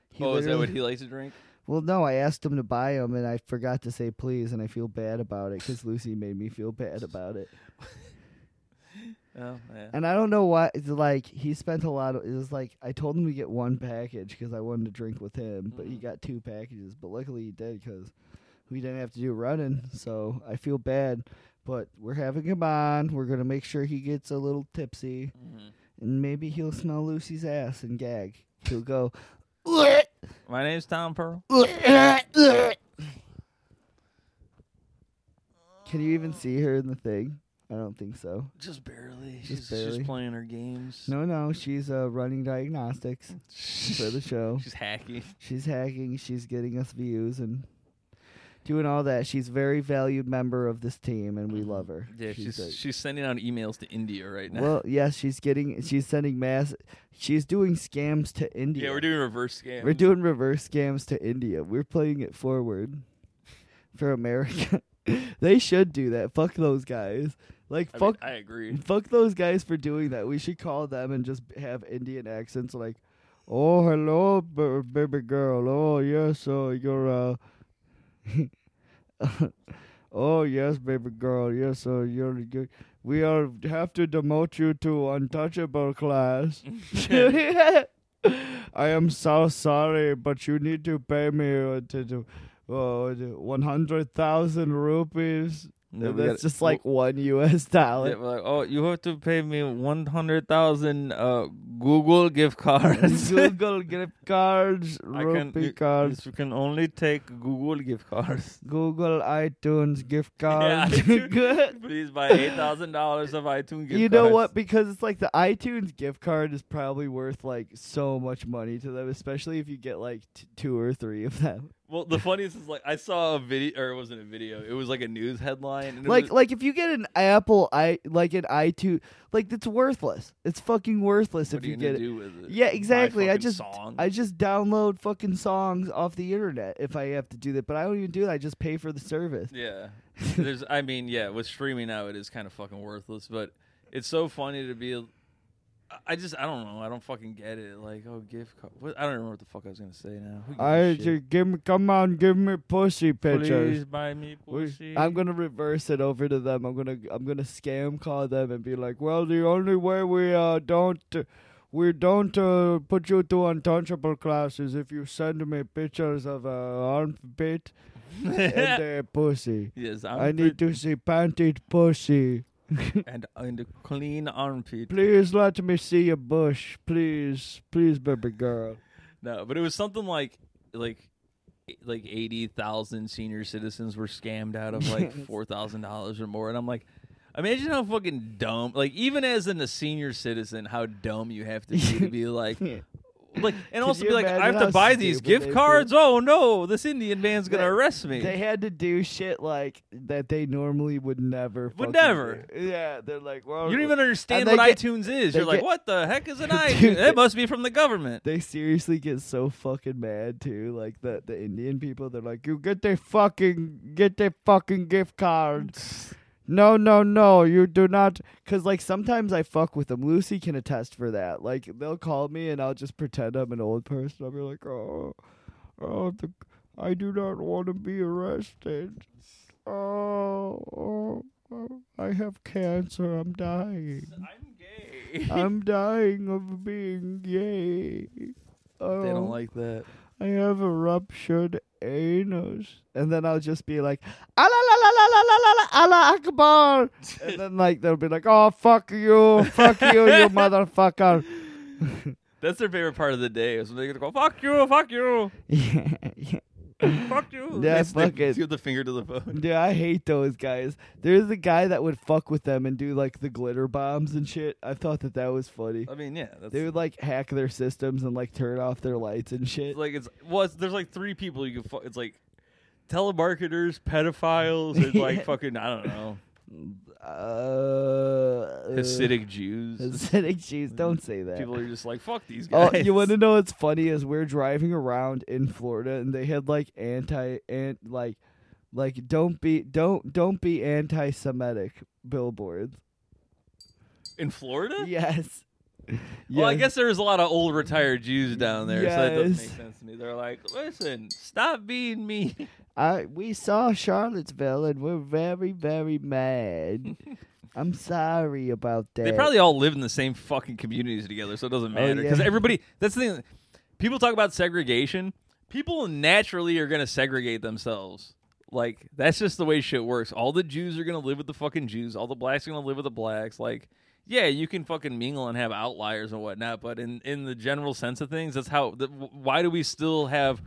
S1: He
S3: Oh, is that
S1: literally-
S3: what he likes to drink?
S1: Well, no, I asked him to buy them and I forgot to say please, and I feel bad about it because Lucy made me feel bad about it.
S3: Oh, yeah.
S1: And I don't know why. It's like he spent a lot of. It was like I told him to get one package because I wanted to drink with him, but he
S3: Mhm.
S1: got two packages. But luckily he did because we didn't have to do running. So I feel bad, but we're having him on. We're gonna make sure he gets a little tipsy,
S3: Mhm.
S1: and maybe he'll smell Lucy's ass and gag. He'll go.
S3: My name's Tom Pearl.
S1: Can you even see her in the thing? I don't think so.
S3: Just barely.
S1: Just
S3: she's
S1: barely.
S3: she's playing her games.
S1: No, no, she's uh, running diagnostics for the show.
S3: she's hacky.
S1: She's hacking. She's getting us views and doing all that. She's a very valued member of this team, and we love her.
S3: Yeah, she's
S1: like-
S3: she's, sending out emails to India right now.
S1: well, yes, she's getting. She's sending mass. She's doing scams to India.
S3: yeah, we're doing reverse scams.
S1: We're doing reverse scams to India. We're playing it forward for America. they should do that. Fuck those guys. Like
S3: I mean,
S1: fuck
S3: I agree.
S1: fuck those guys for doing that. We should call them and just have Indian accents like, "Oh, hello, b- baby girl. Oh, yes, uh, you're uh Oh, yes, baby girl. Yes, uh, you're, you we are have to demote you to untouchable class. I am so sorry, but you need to pay me uh, to do uh, 100,000 rupees.
S3: Yeah, we
S1: That's
S3: gotta-
S1: just like one US dollar.
S3: Yeah, we're like, oh, you have to pay me one hundred thousand uh, Google gift cards.
S1: Google gift cards,
S3: I can,
S1: rupee
S3: you-
S1: cards,
S3: You can only take Google gift cards.
S1: Google iTunes gift
S3: Yeah,
S1: cards.
S3: iTunes. Please buy eight thousand dollars of iTunes gift
S1: you know
S3: cards.
S1: what? Because it's like the iTunes gift card is probably worth like so much money to them, especially if you get like t- two or three of them.
S3: Well, the funniest is like I saw a video, or it wasn't a video. It was like a news headline. And it
S1: Like,
S3: was-
S1: like if you get an Apple, i like an iTunes, like it's worthless. It's fucking worthless
S3: what
S1: if
S3: are
S1: you,
S3: you gonna
S1: get it.
S3: do with it?
S1: Yeah,
S3: Buy
S1: exactly. I
S3: fucking
S1: just
S3: songs?
S1: I just download fucking songs off the internet if I have to do that, but I don't even do that. I just pay for the service.
S3: Yeah. There's I mean, yeah, with streaming now it is kind of fucking worthless, but it's so funny to be I- I just I don't know. I don't fucking get it. Like, oh, gift card. What, I don't remember what the fuck I was going to say now. Who gives a
S1: I
S3: shit?
S1: just give me, come on, give me pussy
S3: Please
S1: pictures.
S3: buy me
S1: We-
S3: pussy.
S1: I'm gonna reverse it over to them. I'm gonna I'm gonna scam call them and be like, well, the only way we uh don't we don't uh, put you to untouchable class is if you send me pictures of uh, armpit and their pussy.
S3: Yes, I'm
S1: I need
S3: pre-
S1: to see panted pussy.
S3: and and a clean armpit.
S1: Please let me see your bush, please, please, baby girl.
S3: No, but it was something like like like 80,000 senior citizens were scammed out of like
S1: Yes.
S3: $4,000 or more and I'm like imagine how fucking dumb like even as in a senior citizen how dumb you have to be to be like like and
S1: Could
S3: also
S1: you
S3: be like I
S1: imagine
S3: have to
S1: how
S3: buy these
S1: stupid they
S3: gift
S1: feel?
S3: cards. Oh no, this Indian man's going
S1: They-
S3: to arrest me.
S1: They had to do shit like that they normally would never. fucking
S3: never.
S1: do. Yeah, they're like, well,
S3: you don't even understand
S1: And they
S3: what
S1: get-
S3: iTunes is.
S1: they
S3: You're like,
S1: get-
S3: what the heck is an
S1: Dude,
S3: iTunes?
S1: they-
S3: It must be from the government.
S1: They seriously get so fucking mad too. Like the the Indian people, they're like, you get their fucking get their fucking gift card. No, no, no, you do not. Cause like sometimes I fuck with them. Lucy can attest for that. Like they'll call me and I'll just pretend I'm an old person. I'll be like, oh, oh, the, I do not want to be arrested. Oh, oh, oh, I have cancer. I'm dying.
S3: I'm gay.
S1: I'm dying of being gay. Oh,
S3: They don't like that.
S1: I have a ruptured anus. And then I'll just be like, Allah, la, la, la, la, la, la, la, Allah Akbar. and then, like, they'll be like, oh, fuck you. Fuck you, you motherfucker.
S3: That's their favorite part of the day is when they get to go, fuck you, fuck you.
S1: yeah, yeah.
S3: Fuck you.
S1: Yeah,
S3: They stick-
S1: fuck it.
S3: Give the finger to the phone.
S1: Dude, I hate those guys. There's a guy that would fuck with them and do like the glitter bombs and shit. I thought that that was funny.
S3: I mean, yeah, that's
S1: They would like hack their systems and like turn off their lights and shit.
S3: it's like it's well, it's, there's like three people you can. Fu- it's like telemarketers, pedophiles, and
S1: Yeah.
S3: like fucking I don't know,
S1: Uh,
S3: Hasidic Jews.
S1: Hasidic Jews. Don't say that.
S3: People are just like fuck these
S1: Oh,
S3: guys.
S1: you want to know what's funny is we're driving around in Florida and they had like anti and like like don't be don't don't be anti-Semitic billboards.
S3: in Florida?
S1: Yes.
S3: Well, I
S1: Yes.
S3: guess there was a lot of old retired Jews down there, so that doesn't
S1: Yes.
S3: make sense to me. They're like, listen, stop being mean.
S1: I we saw Charlottesville and we're very very mad. I'm sorry about that.
S3: They probably all live in the same fucking communities together, so it doesn't matter. Because
S1: yeah.
S3: everybody, that's the thing. People talk about segregation. People naturally are going to segregate themselves. Like, that's just the way shit works. All the Jews are going to live with the fucking Jews. All the blacks are going to live with the blacks. Like, yeah, you can fucking mingle and have outliers and whatnot, but in, in the general sense of things, that's how. The, why do we still have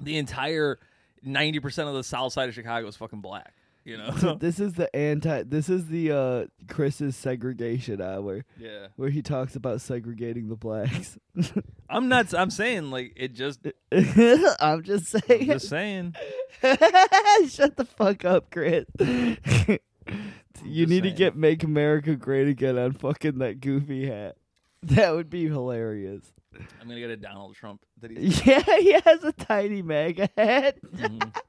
S3: the entire 90% of the south side of Chicago is fucking black? You know?
S1: this is the anti this is the uh Chris's segregation hour
S3: yeah.
S1: where he talks about segregating the blacks.
S3: I'm not, I'm saying, like, it just.
S1: I'm just saying.
S3: Just saying.
S1: Shut the fuck up, Chris. you need
S3: just
S1: to
S3: saying.
S1: get Make America Great Again on fucking that goofy hat. That would be hilarious.
S3: I'm gonna get a Donald Trump. That he's
S1: Yeah, he has a tiny mega hat.
S3: Mhm.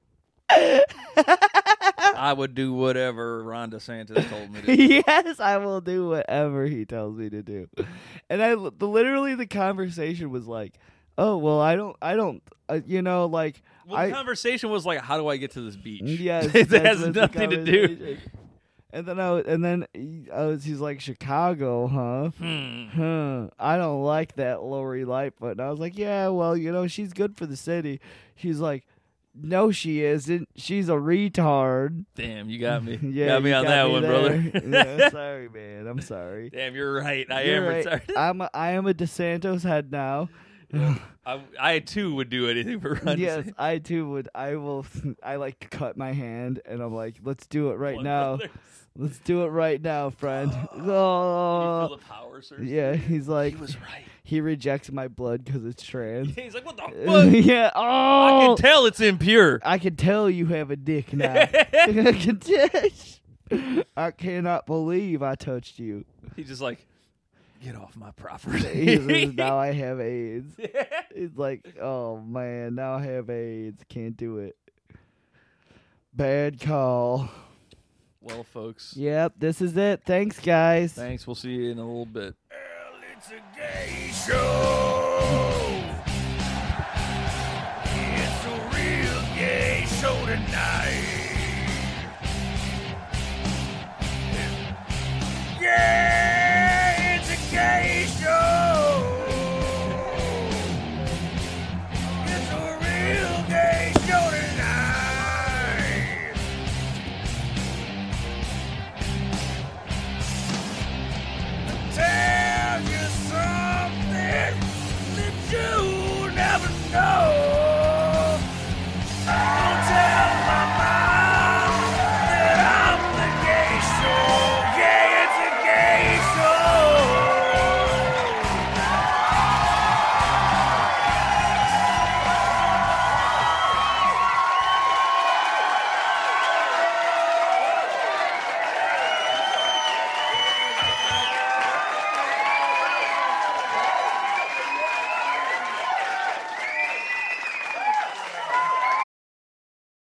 S3: I would do whatever Ron DeSantis told me to. do.
S1: yes, I will do whatever he tells me to do. And I the, literally the conversation was like, "Oh, well, I don't I don't uh, you know like
S3: Well, the
S1: I Mm,
S3: conversation was like, "How do I get to this beach?"
S1: Yes,
S3: it
S1: that's
S3: has
S1: what the
S3: nothing to do.
S1: conversation- And then I was, and then he- I was, he's like Chicago, huh?
S3: Hmm.
S1: Huh. I don't like that Lori Lightfoot. And I was like, yeah, well, you know, she's good for the city. She's like, no, she isn't. She's a retard.
S3: Damn, you got me.
S1: Yeah,
S3: got me
S1: you
S3: on that
S1: me
S3: one,
S1: there.
S3: brother.
S1: yeah, sorry, man. I'm sorry.
S3: Damn, you're right. I
S1: You're
S3: am
S1: right.
S3: retarded.
S1: I'm a, I am a DeSantos head now.
S3: I, I too would do anything for Ron.
S1: yes,
S3: DeSantis.
S1: I too would. I will. I like cut my hand, and I'm like, let's do it right
S3: Blood
S1: now.
S3: brothers.
S1: Let's do it right now, friend.
S3: You
S1: Oh.
S3: feel the power, sir.
S1: Yeah, he's
S3: he
S1: like
S3: was right.
S1: he rejects my blood because it's trans.
S3: He's like, "What the fuck?"
S1: yeah.
S3: I
S1: Oh,
S3: can tell it's impure.
S1: I can tell you have a dick now. I, can tell- I cannot believe I touched you.
S3: He's just like, "Get off my property."
S1: He says, now I have AIDS. It's like, oh man, now I have AIDS. Can't do it. Bad call.
S3: Well, folks.
S1: Yep, this is it. Thanks, guys.
S3: Thanks. We'll see you in a little bit.
S4: It's a gay show. It's a real gay show tonight.